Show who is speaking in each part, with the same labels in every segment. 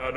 Speaker 1: An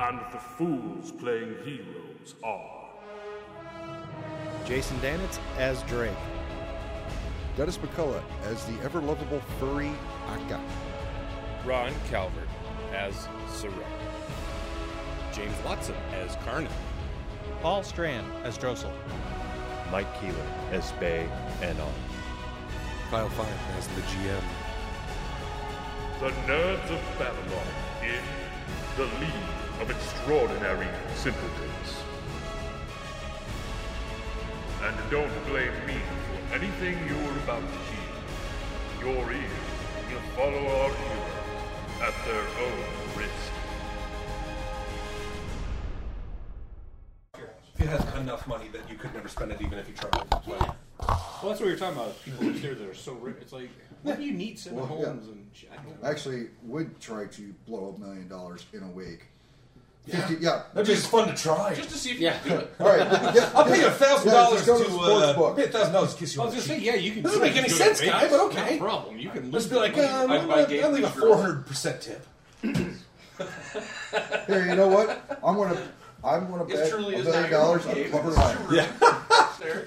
Speaker 1: And the fools playing heroes are.
Speaker 2: Jason Danitz as Drake.
Speaker 3: Dennis McCullough as the ever lovable furry Akka.
Speaker 4: Ron Calvert as Sorrel. James Watson as Carney.
Speaker 5: Paul Strand as Drossel.
Speaker 6: Mike Keeler as Bay and on.
Speaker 7: Kyle Fine as the GM.
Speaker 1: The Nerds of Babylon in The League of Extraordinary Simpletons. And don't blame me for anything you're about to hear. Your ears will follow our heroes at their own risk.
Speaker 7: It has enough money that you could never spend it even if you tried. Like,
Speaker 8: Well, that's what we were talking about. People upstairs that are so rich. It's like, what do you need seven
Speaker 3: Well, yeah.
Speaker 8: homes and shit? I don't know.
Speaker 3: Actually, would try to blow a million dollars in a week. 50, yeah.
Speaker 7: That'd be just fun to try.
Speaker 8: Just to see if you can do it.
Speaker 3: All right. yeah,
Speaker 7: I'll pay you a thousand dollars
Speaker 3: just go the
Speaker 7: to
Speaker 3: sports
Speaker 7: uh,
Speaker 3: book.
Speaker 7: pay a thousand dollars to kiss you. on
Speaker 8: I was
Speaker 7: the
Speaker 8: gonna say,
Speaker 7: cheek.
Speaker 8: yeah, you can.
Speaker 7: Doesn't
Speaker 8: do it
Speaker 7: make any
Speaker 8: if you go to
Speaker 7: sense,
Speaker 8: Vegas.
Speaker 7: guy, but okay.
Speaker 8: No problem. You can
Speaker 7: Let's
Speaker 8: lose
Speaker 7: be like,
Speaker 8: money.
Speaker 7: uh, I'm
Speaker 8: I-
Speaker 7: gonna-
Speaker 8: I
Speaker 7: I'm
Speaker 8: gave
Speaker 7: gonna leave a
Speaker 8: these
Speaker 7: four
Speaker 8: girls-
Speaker 7: hundred percent tip.
Speaker 3: Here, you know what? I'm gonna, I'm gonna bet a
Speaker 8: truly is
Speaker 3: million
Speaker 8: not your
Speaker 3: dollars on
Speaker 8: game.
Speaker 3: Clever Ryan.
Speaker 7: Yeah.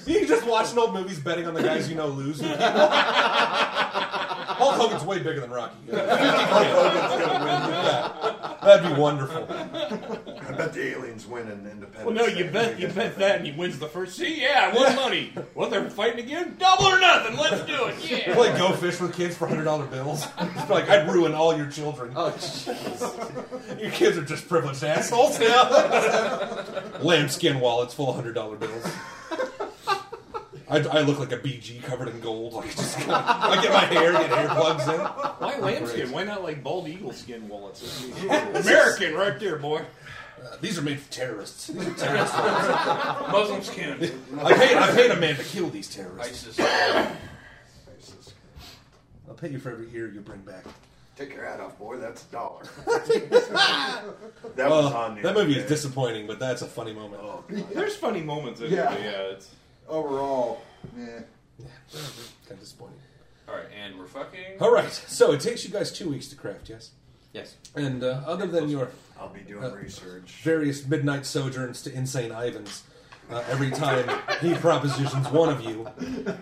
Speaker 7: you can just watching old movies, betting on the guys you know lose. Hulk Hogan's way bigger than Rocky. Hulk Hogan's gonna win. Yeah. That'd be wonderful.
Speaker 9: I bet the aliens win in Independence.
Speaker 8: Well, no,
Speaker 9: Day.
Speaker 8: you bet, you bet that, and he wins the first. See, yeah, I won money. What they're fighting again? Double or nothing. Let's do it. Yeah.
Speaker 7: Play go fish with kids for hundred dollar bills. It's like I'd ruin all your children.
Speaker 8: Oh, jeez.
Speaker 7: Your kids are just privileged assholes now. Lambskin wallets full of hundred dollar bills. I, I look like a BG covered in gold. Like just kinda, I get my hair, get hair plugs in.
Speaker 8: why lambskin? Why not like bald eagle skin wallets? American, right there, boy.
Speaker 7: These are made for terrorists.
Speaker 8: Muslim skin.
Speaker 7: I paid I paid a man to kill these terrorists.
Speaker 8: ISIS.
Speaker 7: I'll pay you for every ear you bring back.
Speaker 9: Take your hat off, boy. That's a dollar. that was
Speaker 7: Uh,
Speaker 9: on you.
Speaker 7: that movie is
Speaker 9: Okay.
Speaker 7: disappointing, but that's a funny moment.
Speaker 8: There's funny moments in
Speaker 3: Yeah.
Speaker 8: it. but Yeah. It's...
Speaker 3: Overall, yeah.
Speaker 7: Kind of disappointing.
Speaker 10: All right, and we're fucking.
Speaker 7: All right, so it takes you guys two weeks to craft, yes?
Speaker 10: Yes.
Speaker 7: And uh, other than your
Speaker 9: I'll be doing
Speaker 7: Uh,
Speaker 9: research.
Speaker 7: various midnight sojourns to insane Ivans. Uh, every time he propositions one of you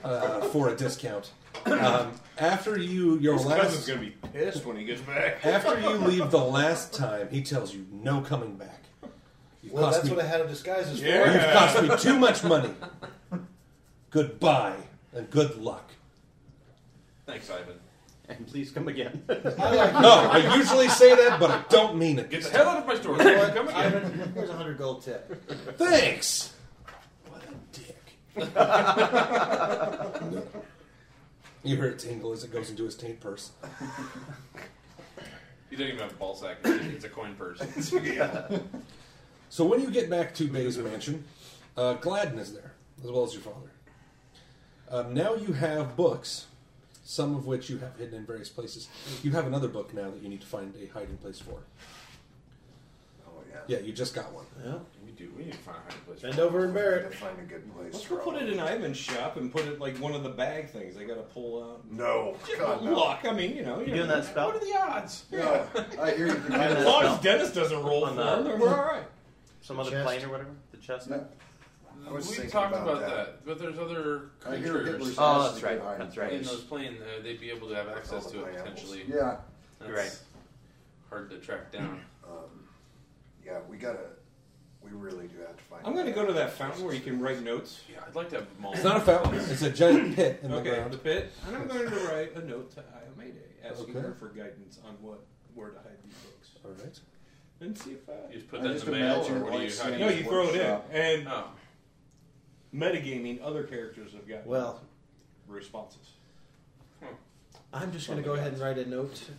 Speaker 7: uh, for a discount, um, after you your
Speaker 8: His cousin's
Speaker 7: last
Speaker 8: gonna be pissed when he gets back.
Speaker 7: after you leave the last time, he tells you no coming back. You've
Speaker 2: Well,
Speaker 7: cost
Speaker 2: that's
Speaker 7: me,
Speaker 2: what a hat of disguise is for.
Speaker 7: you've cost me too much money. Goodbye and good luck.
Speaker 10: Thanks, Ivan. And please come again.
Speaker 7: No, I usually say that, but I don't mean it.
Speaker 10: Get the hell out of my store. come again.
Speaker 2: Ivan, here's a hundred gold tip.
Speaker 7: Thanks. What a dick. you hear it tingle as it goes into his taint purse.
Speaker 10: You don't even have a ball sack. It's a coin purse.
Speaker 7: So when you get back to Bay's mansion, uh, Gladden is there as well as your father. Um, now you have books, some of which you have hidden in various places. You have another book now that you need to find a hiding place for.
Speaker 9: Oh yeah.
Speaker 7: Yeah, you just got one.
Speaker 10: we do. We need to find a hiding place.
Speaker 2: Bend over and bear
Speaker 9: Need to
Speaker 2: it.
Speaker 9: find a good place.
Speaker 8: Let's
Speaker 9: for
Speaker 8: go put
Speaker 9: all
Speaker 8: it
Speaker 9: of
Speaker 8: in Ivan's shop and put it like one of the bag things. I gotta pull out.
Speaker 9: No. God, no.
Speaker 8: Luck. I mean, you know,
Speaker 10: doing that spell?
Speaker 8: What are the odds?
Speaker 3: Yeah. I hear you can do
Speaker 8: As
Speaker 3: that.
Speaker 8: long as Dennis doesn't roll for
Speaker 10: that.
Speaker 8: him, then we're all right.
Speaker 10: Some
Speaker 2: other chest. plane
Speaker 10: or whatever? The chest?
Speaker 3: Yeah. I was
Speaker 11: we
Speaker 3: thinking
Speaker 11: talked
Speaker 3: about
Speaker 11: about,
Speaker 3: that.
Speaker 11: that. but there's other
Speaker 3: I hear
Speaker 11: creatures.
Speaker 3: Hitler's Oh, that's right, behind
Speaker 2: that's right.
Speaker 11: In those planes, uh, they'd be able to have access to it potentially.
Speaker 3: Yeah.
Speaker 11: That's
Speaker 2: Right.
Speaker 11: Hard to track down.
Speaker 3: Um, yeah, we gotta. We really do have to find.
Speaker 8: I'm going to go to that fountain where you can write notes.
Speaker 11: Yeah, I'd like to have them all.
Speaker 7: It's not a fountain. It's a giant pit in the
Speaker 8: okay,
Speaker 7: ground.
Speaker 8: the pit. And I'm going to write a note to Iomeide asking
Speaker 7: Okay.
Speaker 8: her for guidance on what where to hide these books.
Speaker 7: All right.
Speaker 8: And see if I.
Speaker 11: You just put I that in just the mail, or imagine what do you- Whitesnake's how do you-
Speaker 8: No, you throw it in.
Speaker 11: workshop.
Speaker 8: And metagaming, other characters have got
Speaker 12: Well.
Speaker 8: responses.
Speaker 12: I'm just going to go ahead and write a note to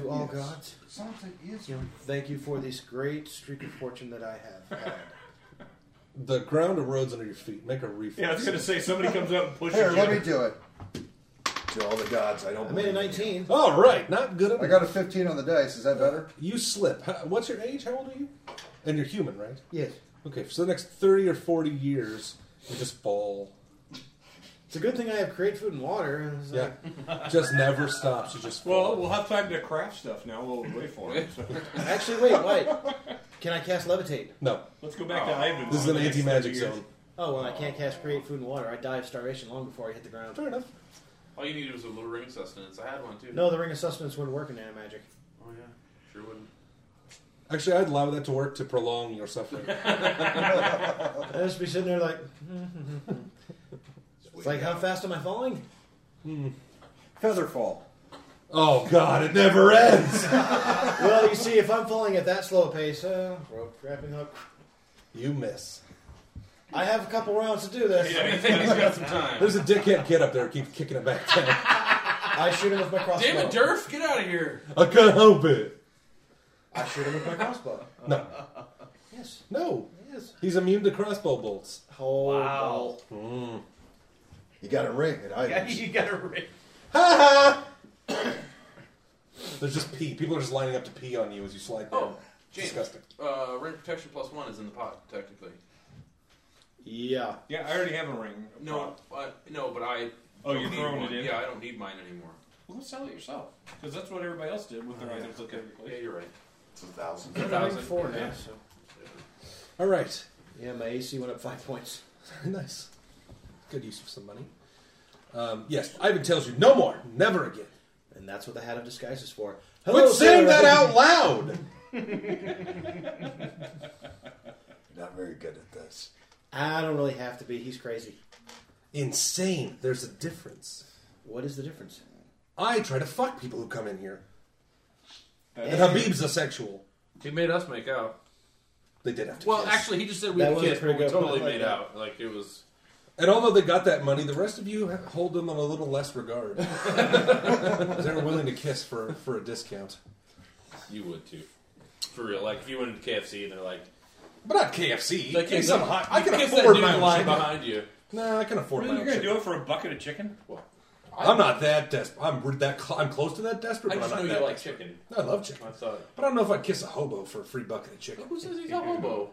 Speaker 8: That
Speaker 12: all
Speaker 8: is
Speaker 12: gods.
Speaker 3: Something is.
Speaker 12: You know, thank you for this great streak of fortune that I have. had.
Speaker 7: The ground erodes under your feet. Make a reflex.
Speaker 8: Yeah, I was gonna say, somebody comes up and pushes
Speaker 3: Here,
Speaker 7: you.
Speaker 3: let me do it. To all the gods, I don't.
Speaker 7: I made a
Speaker 3: believe in
Speaker 7: 19.
Speaker 8: Oh.
Speaker 3: you.
Speaker 7: All right, not good
Speaker 3: I got a 15 on the dice. Is that better?
Speaker 7: You slip. How, what's your age? How old are you? And you're human, right?
Speaker 12: Yes.
Speaker 7: Okay, for the next 30 or 40 years, you just fall.
Speaker 12: It's a good thing I have great food and water. It's
Speaker 7: Yeah.
Speaker 12: like-
Speaker 7: just never stops. You just fall.
Speaker 8: Well, we'll have time to craft stuff now while we wait for it. so.
Speaker 12: Actually, wait, wait. Can I cast levitate?
Speaker 7: No.
Speaker 8: Let's go back to Ivan.
Speaker 7: This is an anti magic
Speaker 8: years.
Speaker 7: zone.
Speaker 12: Oh well, I can't cast create food and water. I die of starvation long before I hit the ground.
Speaker 7: Fair enough.
Speaker 11: All you needed was a little ring sustenance. I had one too.
Speaker 12: No, the ring of sustenance wouldn't work in animagic.
Speaker 11: Oh yeah, sure wouldn't.
Speaker 7: Actually, I'd allow that to work to prolong your suffering.
Speaker 12: I just be sitting there like, it's like how fast am I falling?
Speaker 7: Featherfall. Oh, God, it never ends.
Speaker 12: well, you see, if I'm falling at that slow pace, uh, rope grappling hook.
Speaker 7: You miss.
Speaker 12: I have a couple rounds to do this.
Speaker 7: There's a dickhead kid up there who keeps kicking it back down.
Speaker 12: I shoot him with my crossbow.
Speaker 11: Damn it, Durf, get out of here!
Speaker 7: I can't help it.
Speaker 12: I shoot him with my crossbow.
Speaker 7: No.
Speaker 12: Yes.
Speaker 7: No.
Speaker 12: Yes.
Speaker 7: He's immune to crossbow bolts.
Speaker 12: Oh, wow.
Speaker 7: Mm.
Speaker 3: You got a ring at
Speaker 2: Yeah,
Speaker 3: Ivan's.
Speaker 2: you got to ring.
Speaker 7: There's just pee. People are just lining up to pee on you as you slide down.
Speaker 11: Oh, James,
Speaker 7: Disgusting.
Speaker 11: Uh, ring protection plus one is in the pot technically.
Speaker 12: Yeah.
Speaker 8: Yeah, I already have a ring.
Speaker 11: No, uh, no, but I.
Speaker 8: Oh,
Speaker 11: don't
Speaker 8: you're
Speaker 11: need
Speaker 8: throwing
Speaker 11: one.
Speaker 8: it in?
Speaker 11: Yeah, I don't need mine anymore.
Speaker 8: Well, go sell it yourself. Because that's what everybody else did with their
Speaker 11: Oh, yeah.
Speaker 8: items looking every place.
Speaker 11: Yeah, you're right.
Speaker 3: It's a thousand.
Speaker 12: I'm
Speaker 11: thousand.
Speaker 12: four now.
Speaker 11: Yeah.
Speaker 12: So.
Speaker 7: All right.
Speaker 12: Yeah, my AC went up five points.
Speaker 7: nice. Good use of some money. Um, yes, Ivan tells you no more, never again.
Speaker 12: And that's what the hat of disguise is for.
Speaker 7: Quit saying that out loud.
Speaker 3: Not very good at this.
Speaker 12: I don't really have to be. He's crazy.
Speaker 7: Insane. There's a difference.
Speaker 12: What is the difference?
Speaker 7: I try to fuck people who come in here.
Speaker 8: That-
Speaker 7: and Habib's a sexual.
Speaker 11: He made us make out.
Speaker 7: They did have to.
Speaker 11: Well,
Speaker 7: kiss.
Speaker 11: actually, he just said we
Speaker 12: That was a
Speaker 11: kissed,
Speaker 12: pretty
Speaker 11: but we
Speaker 12: good
Speaker 11: totally
Speaker 12: point,
Speaker 11: made
Speaker 12: like
Speaker 11: out. Like it was.
Speaker 7: And although they got that money, the rest of you ha- hold them in a little less regard. They're willing to kiss for, for a discount.
Speaker 11: You would too. For real, like if you went to KFC and they're like,
Speaker 7: But not KFC.
Speaker 11: like
Speaker 7: Kiss
Speaker 11: you-
Speaker 7: some hot-
Speaker 11: you
Speaker 7: I can
Speaker 11: kiss
Speaker 7: afford
Speaker 11: that dude
Speaker 7: my
Speaker 11: in
Speaker 7: own
Speaker 11: line
Speaker 7: chicken.
Speaker 11: behind you.
Speaker 7: Nah, I can afford
Speaker 8: Really,
Speaker 7: my
Speaker 8: you're
Speaker 7: own
Speaker 8: going to
Speaker 7: chicken.
Speaker 8: do it for a bucket of chicken?
Speaker 7: I'm not that desperate. I'm re- that cl- I'm close to that desperate,
Speaker 11: I
Speaker 7: but I'm
Speaker 11: just know
Speaker 7: not
Speaker 11: you
Speaker 7: that
Speaker 11: like
Speaker 7: desperate.
Speaker 11: chicken.
Speaker 7: I love chicken.
Speaker 11: I thought.
Speaker 7: But I don't know if I'd kiss a hobo for a free bucket of chicken.
Speaker 11: Who says he's a hobo?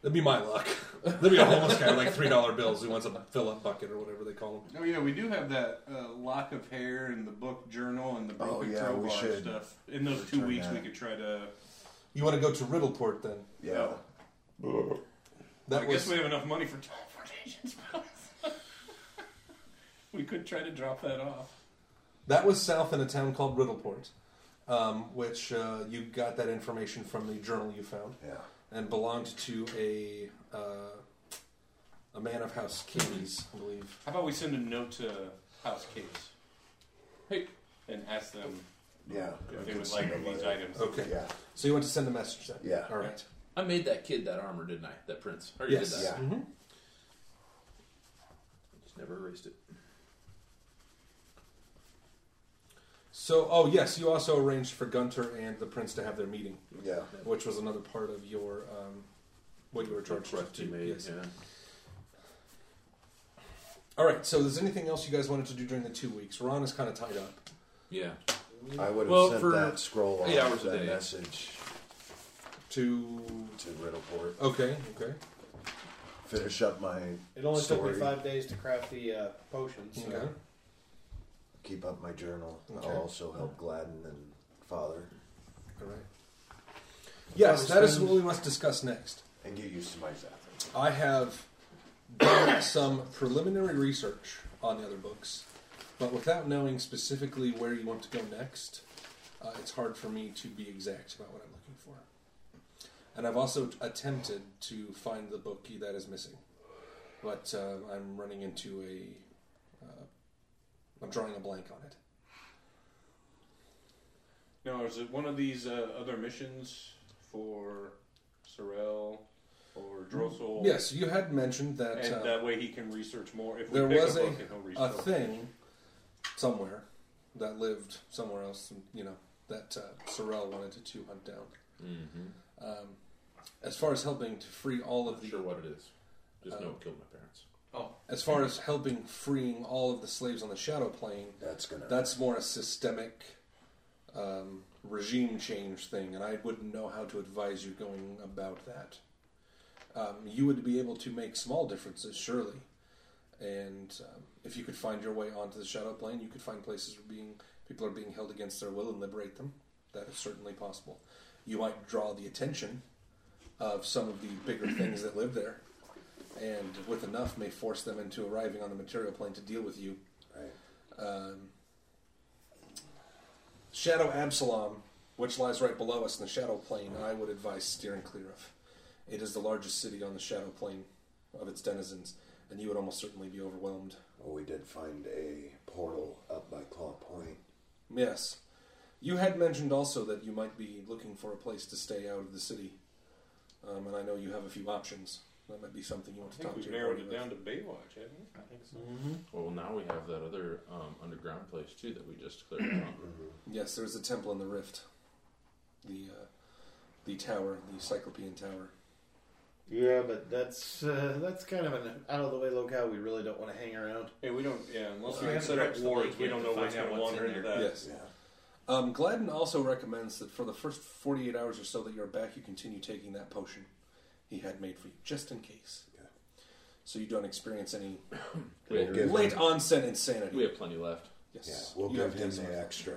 Speaker 7: That'd be my luck. That'd be a homeless guy with like three dollar bills who wants a fill up bucket or whatever they call him.
Speaker 8: Oh, yeah, we do have that uh, lock of hair and the book journal and the
Speaker 3: Oh,
Speaker 8: broken
Speaker 3: yeah, we
Speaker 8: crowbar
Speaker 3: should
Speaker 8: stuff. In those two
Speaker 3: return
Speaker 8: weeks,
Speaker 3: that.
Speaker 8: we could try to.
Speaker 7: You want to go to Riddleport then?
Speaker 3: Yeah.
Speaker 7: That
Speaker 8: I
Speaker 7: was
Speaker 8: guess we have enough money for teleportation spells. we could try to drop that off.
Speaker 7: that was south in a town called Riddleport, um, which uh, you got that information from the journal you found.
Speaker 3: Yeah.
Speaker 7: and belonged to a uh, a man of House Kings, I believe.
Speaker 8: How about we send a note to House Case
Speaker 11: Hey,
Speaker 8: and ask them
Speaker 3: Yeah.
Speaker 8: if
Speaker 3: I
Speaker 8: they
Speaker 3: can
Speaker 8: would
Speaker 3: see
Speaker 8: like
Speaker 3: the
Speaker 8: these
Speaker 3: letter.
Speaker 8: items?
Speaker 7: Okay.
Speaker 3: Yeah.
Speaker 7: So you want to send a message then?
Speaker 3: Yeah.
Speaker 7: All right.
Speaker 11: I made that kid that armor, didn't I? That prince. I already
Speaker 7: Yes.
Speaker 11: did that.
Speaker 3: Yeah.
Speaker 7: Mhm.
Speaker 11: Just never erased it.
Speaker 7: So, oh yes, you also arranged for Gunter and the prince to have their meeting,
Speaker 3: Yeah.
Speaker 7: which was another part of your um, what you were charged with.
Speaker 11: Request you made.
Speaker 7: Yes.
Speaker 11: Yeah.
Speaker 7: All right. So, is there anything else you guys wanted to do during the two weeks? Ron is kind of tied up.
Speaker 11: Yeah.
Speaker 3: I would have
Speaker 11: Well,
Speaker 3: sent
Speaker 11: for
Speaker 3: that scroll off
Speaker 11: eight hours a
Speaker 3: that
Speaker 11: day.
Speaker 3: message
Speaker 7: To
Speaker 3: to Riddleport.
Speaker 7: okay, okay,
Speaker 3: Finish up my
Speaker 12: It only
Speaker 3: story.
Speaker 12: took me five days to craft the uh, potion. So.
Speaker 7: okay.
Speaker 3: Keep up my journal.
Speaker 7: Okay.
Speaker 3: I'll also help Gladden and Father
Speaker 7: All right. Yes,
Speaker 3: Father
Speaker 7: that is
Speaker 3: Stone.
Speaker 7: what we must discuss next.
Speaker 3: and get used to my Zathras.
Speaker 7: I have done some preliminary research on the other books, but without knowing specifically where you want to go next, uh, it's hard for me to be exact about what I'm looking for. And I've also attempted to find the book that is missing, but uh, I'm running into a. Uh, I'm drawing a blank on it.
Speaker 1: Now, is it one of these uh, other missions for Sorel or Drossel?
Speaker 7: Yes, you had mentioned that,
Speaker 1: And
Speaker 7: uh,
Speaker 1: that way he can research more. If we
Speaker 7: there
Speaker 1: pick
Speaker 7: was
Speaker 1: a,
Speaker 7: a,
Speaker 1: book and he'll
Speaker 7: a
Speaker 1: research
Speaker 7: thing somewhere that lived somewhere else, you know, that uh, Sorel wanted to, to hunt down.
Speaker 1: Mhm.
Speaker 7: Um, as far as helping to free all of the. Sure,
Speaker 1: what it is. Just know it killed my parents. Oh.
Speaker 7: As far as helping freeing all of the slaves on the Shadow Plane,
Speaker 3: that's gonna.
Speaker 7: That's more a systemic um, regime change thing, and I wouldn't know how to advise you going about that. Um, you would be able to make small differences, surely, and um, if you could find your way onto the Shadow Plane, you could find places where being people are being held against their will and liberate them. That is certainly possible. You might draw the attention of some of the bigger things that live there, and with enough, may force them into arriving on the material plane to deal with you. Right. Um, Shadow Absalom, which lies right below us in the Shadow Plane, I would advise steering clear of. It is the largest city on the Shadow Plane of its denizens, and you would almost certainly be overwhelmed.
Speaker 3: Well, we did find a portal up by Claw Point.
Speaker 7: Yes. You had mentioned also that you might be looking for a place to stay out of the city, um, and I know you have a few options. That might be something you want
Speaker 1: I
Speaker 7: to
Speaker 1: think
Speaker 7: talk
Speaker 1: we've
Speaker 7: to.
Speaker 1: narrowed it down to Baywatch, haven't we? I think so.
Speaker 11: Well, now we have that other um, underground place too that we just cleared out.
Speaker 7: Yes, there's a temple in the rift. The uh, the tower, the Cyclopean Tower.
Speaker 12: Yeah, but that's uh, that's kind of an out of the way locale we really don't want to hang around.
Speaker 1: Yeah, we don't. Yeah,
Speaker 12: unless
Speaker 1: we can set up wards, we don't know what's gonna wander into that.
Speaker 7: Yes. Um, Gladden also recommends that for the first 48 hours or so that you're back, you continue taking that potion he had made for you, just in case. So you don't experience any
Speaker 11: We'll give
Speaker 7: late
Speaker 11: him-
Speaker 7: onset insanity.
Speaker 11: We have plenty left.
Speaker 7: Yes.
Speaker 3: Yeah, we'll
Speaker 7: You have
Speaker 3: give him
Speaker 7: days
Speaker 3: the
Speaker 7: left.
Speaker 3: extra.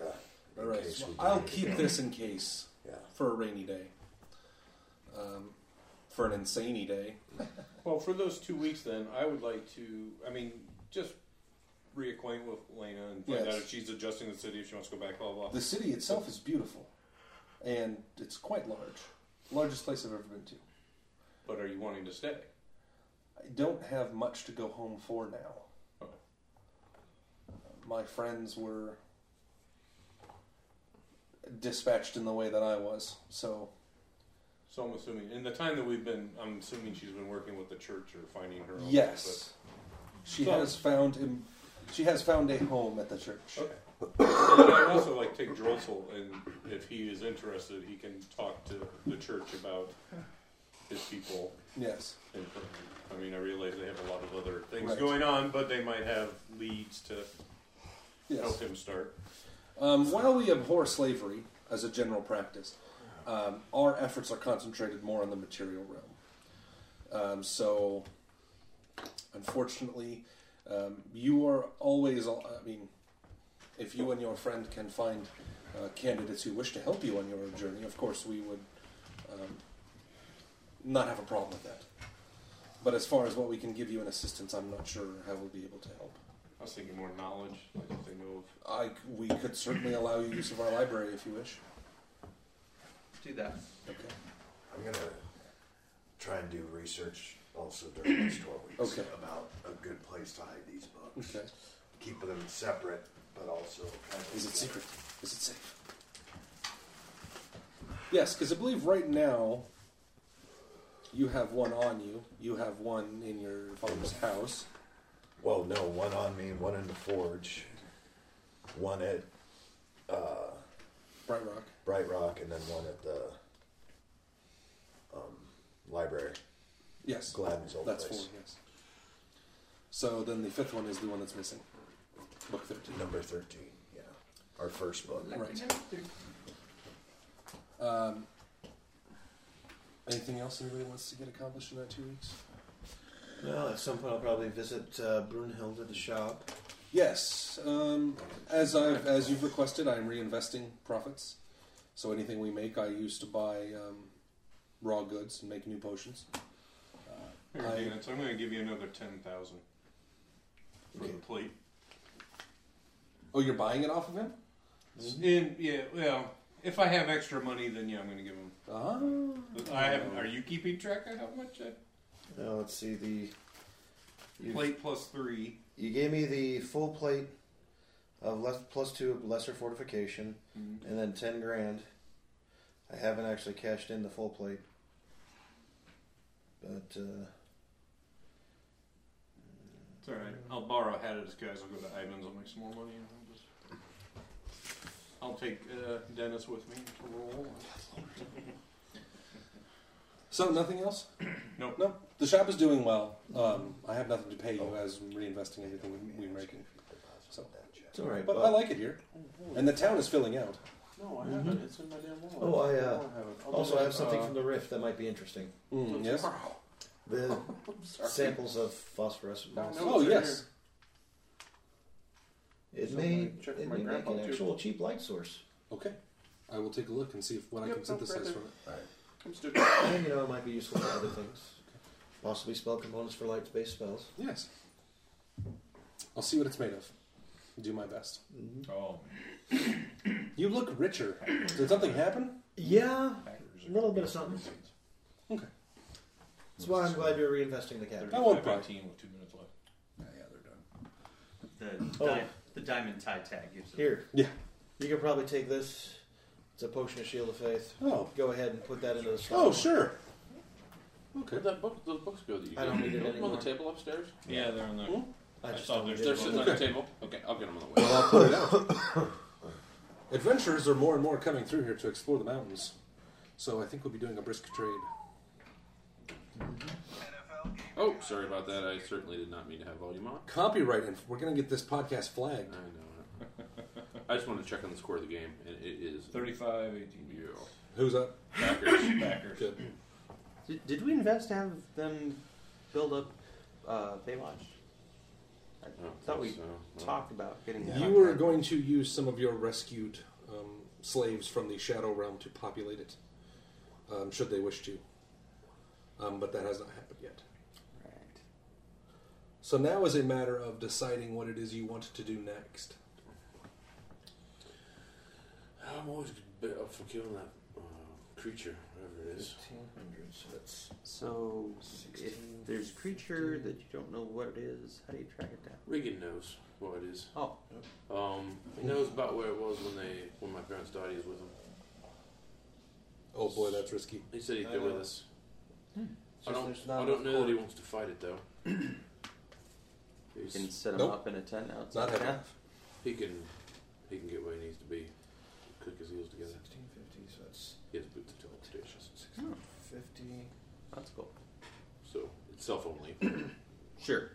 Speaker 3: in
Speaker 7: All right.
Speaker 3: case we
Speaker 7: well, I'll
Speaker 3: need to
Speaker 7: keep
Speaker 3: go.
Speaker 7: this in case for a rainy day. Um, for an insaney day.
Speaker 1: Well, for those two weeks, then I would like to. I mean, just reacquaint with Lena and find
Speaker 7: Yes.
Speaker 1: out if she's adjusting the city, if she wants to go back, blah blah.
Speaker 7: The city itself is beautiful, and it's quite large. Largest place I've ever been to.
Speaker 1: But are you wanting to stay?
Speaker 7: I don't have much to go home for now. My friends were dispatched in the way that I was, so
Speaker 1: So I'm assuming in the time that we've been, I'm assuming she's been working with the church or finding her. own
Speaker 7: yes, she
Speaker 1: So-
Speaker 7: has found him. She has found a home at the church.
Speaker 1: Okay. place. And I'd also like take Drossel, and if he is interested, he can talk to the church about his people.
Speaker 7: Yes.
Speaker 1: And, I mean, I realize they have a lot of other things
Speaker 7: Right.
Speaker 1: going on, but they might have leads to
Speaker 7: Yes.
Speaker 1: help him start.
Speaker 7: Um, while we abhor slavery as a general practice, um, our efforts are concentrated more on the material realm. Um, so, unfortunately, um, you are always, I mean, if you and your friend can find uh, candidates who wish to help you on your journey, of course, we would um, not have a problem with that. But as far as what we can give you in assistance, I'm not sure how we'll be able to help.
Speaker 1: I was thinking more knowledge, like if they know of.
Speaker 7: I, we could certainly allow you use of our library if you wish.
Speaker 2: Do that.
Speaker 7: Okay.
Speaker 3: I'm gonna try and do research also during these twelve weeks
Speaker 7: Okay.
Speaker 3: about a good place to hide these books.
Speaker 7: Okay.
Speaker 3: Keep them separate, but also kind of
Speaker 7: Is it secret? Is it safe? Yes, because I believe right now you have one on you. You have one in your father's house.
Speaker 3: Well, no, one on me, one in the forge, one at uh,
Speaker 7: Bright Rock.
Speaker 3: Bright Rock, and then one at the um, library.
Speaker 7: Yes.
Speaker 3: Gladden's old
Speaker 7: That's
Speaker 3: place.
Speaker 7: four, yes. So then the fifth one is the one that's missing. Book 13.
Speaker 3: Number 13, yeah. Our first book.
Speaker 7: Right. Um, anything else anybody wants to get accomplished in that two weeks?
Speaker 12: Well, at some point I'll probably visit uh, Brunhild at the shop.
Speaker 7: Yes. Um, as I've as you've requested, I'm reinvesting profits. So anything we make, I use to buy um, raw goods and make new potions. Uh,
Speaker 1: Here,
Speaker 7: I-
Speaker 1: Dean, so I'm going to give you another 10000 for the plate.
Speaker 7: Oh, you're buying it off of him?
Speaker 1: And, yeah, well, if I have extra money, then yeah, I'm going to give him.
Speaker 7: Ah.
Speaker 1: I have, are you keeping track of how much? I,
Speaker 12: Now let's see the you-
Speaker 1: plate plus three.
Speaker 12: You gave me the full plate of less, plus two of lesser fortification,
Speaker 1: Mhm.
Speaker 12: and then ten grand. I haven't actually cashed in the full plate, but uh,
Speaker 1: It's all right. I'll borrow half of this guy's. I'll go to Ivan's. I'll make some more money. And I'll, just, I'll take uh, Dennis with me to roll.
Speaker 7: So nothing else?
Speaker 1: no.
Speaker 7: No. The shop is doing well. Um, I have nothing to pay you as I'm reinvesting everything we, we're making. So
Speaker 12: It's all right,
Speaker 7: But
Speaker 12: Bob.
Speaker 7: I like it here, and the town is filling out.
Speaker 9: No, I
Speaker 12: Mhm.
Speaker 9: haven't. It's in my damn wallet.
Speaker 12: oh,
Speaker 9: No, I
Speaker 12: I uh,
Speaker 9: haven't. I'll
Speaker 12: also
Speaker 9: do
Speaker 12: have
Speaker 9: that,
Speaker 12: something
Speaker 9: uh,
Speaker 12: from the rift that might be interesting.
Speaker 7: Mm, yes.
Speaker 12: The
Speaker 9: sorry.
Speaker 12: samples of phosphorescent
Speaker 9: No,
Speaker 12: moss.
Speaker 9: no,
Speaker 7: Oh,
Speaker 9: it's in here.
Speaker 12: It
Speaker 7: So
Speaker 12: may,
Speaker 7: I'm gonna check
Speaker 12: it
Speaker 7: my
Speaker 12: may make
Speaker 7: grandpa
Speaker 12: an
Speaker 7: too.
Speaker 12: actual cheap light source.
Speaker 7: Okay. I will take a look and see if what I
Speaker 12: Yep,
Speaker 7: can
Speaker 12: no, right
Speaker 7: synthesize
Speaker 12: there.
Speaker 7: from it.
Speaker 12: and, you know, it might be useful for other things. Possibly spell components for light-based spells.
Speaker 7: Yes. I'll see what it's made of. Do my best.
Speaker 1: Oh.
Speaker 7: You look richer. Did something happen?
Speaker 12: Yeah, a little bit of something.
Speaker 7: Okay.
Speaker 12: That's why I'm glad you're reinvesting the capital.
Speaker 7: I won't buy.
Speaker 1: with two minutes left.
Speaker 2: yeah, they're done.
Speaker 12: Oh.
Speaker 2: The, di- the diamond tie tag gives it.
Speaker 12: Here.
Speaker 7: Yeah.
Speaker 12: You can probably take this. It's a potion of shield of faith.
Speaker 7: Oh.
Speaker 12: Go ahead and put that into the slot.
Speaker 7: Oh, sure.
Speaker 11: Where'd that book, those books go that you
Speaker 12: I don't
Speaker 11: got?
Speaker 12: need it
Speaker 11: Put them on
Speaker 12: anymore.
Speaker 11: the table upstairs?
Speaker 1: Yeah, they're on the.
Speaker 11: I,
Speaker 12: I just
Speaker 11: saw
Speaker 12: don't
Speaker 11: they're,
Speaker 12: get
Speaker 11: they're
Speaker 12: it.
Speaker 11: sitting on the
Speaker 7: Okay.
Speaker 11: table. Okay, I'll get them on the way.
Speaker 7: Well, I'll put it out. Adventurers are more and more coming through here to explore the mountains, so I think we'll be doing a brisk trade.
Speaker 11: Oh, sorry about that. I certainly did not mean to have volume on.
Speaker 7: Copyright info. We're going to get this podcast flagged.
Speaker 11: I just want to check on the score of the game, and it is
Speaker 1: 35 18.
Speaker 11: Yeah.
Speaker 7: Who's up?
Speaker 11: Backers.
Speaker 1: Backers.
Speaker 7: Good.
Speaker 2: Did, did we invest to have them build up uh, Baywatch? I thought we talked about getting the
Speaker 7: You are going to use some of your rescued um, slaves from the Shadow Realm to populate it, um, should they wish to. Um, but that has not happened yet.
Speaker 2: Right.
Speaker 7: So now is a matter of deciding what it is you want to do next.
Speaker 11: I'm always bit up for killing that uh, creature, whatever it is.
Speaker 2: So, if there's a creature that you don't know what it is, how do you track it down?
Speaker 11: Regan knows what it is.
Speaker 2: Oh.
Speaker 11: Um, he knows about where it was when they when my parents died. He was with them.
Speaker 7: Oh boy, that's risky.
Speaker 11: He said he'd
Speaker 7: I
Speaker 11: go with
Speaker 7: know.
Speaker 11: us.
Speaker 2: Hmm.
Speaker 11: I
Speaker 2: Just
Speaker 11: don't.
Speaker 2: there's not
Speaker 11: I don't
Speaker 2: enough
Speaker 11: know that he wants to fight it though.
Speaker 2: You can set them
Speaker 11: Nope.
Speaker 2: up in a tent
Speaker 11: Not
Speaker 2: outside.
Speaker 11: have
Speaker 2: Yeah.
Speaker 11: He can. He can get where he needs to be. Click his heels together. Sixteen fifty. So that's. He has boot to teleportation.
Speaker 12: Fifty.
Speaker 2: That's cool.
Speaker 11: So it's self only.
Speaker 2: sure.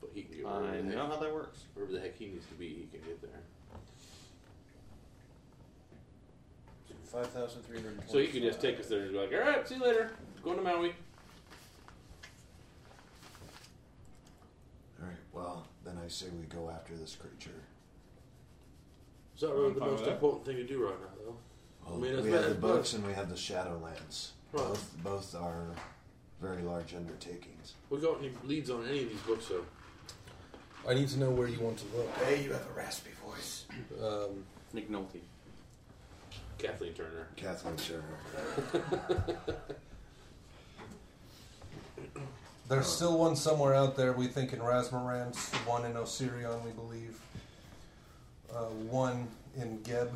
Speaker 11: But he can get.
Speaker 2: I
Speaker 11: wherever the
Speaker 2: know
Speaker 11: heck-
Speaker 2: how that works.
Speaker 11: Wherever the heck he needs to be, he can get there.
Speaker 12: Five thousand three hundred.
Speaker 11: So he could just take us there and be like, "All right, see you later. Going to Maui."
Speaker 3: All right. Well, then I say we go after this creature.
Speaker 11: It's not
Speaker 1: really the most
Speaker 11: important thing to do right now, though.
Speaker 3: Well, we have the books and we have the Shadowlands.
Speaker 11: Right.
Speaker 3: Both both are very large undertakings.
Speaker 11: We got any leads on any of these books, though?
Speaker 7: I need to know where you want to look.
Speaker 3: Hey, you have a raspy voice.
Speaker 7: Um,
Speaker 2: Nick Nolte.
Speaker 11: Kathleen Turner.
Speaker 3: Kathleen Turner.
Speaker 7: There's still one somewhere out there, we think, in Rasmorant, one in Osirion, we believe. Uh, one in Geb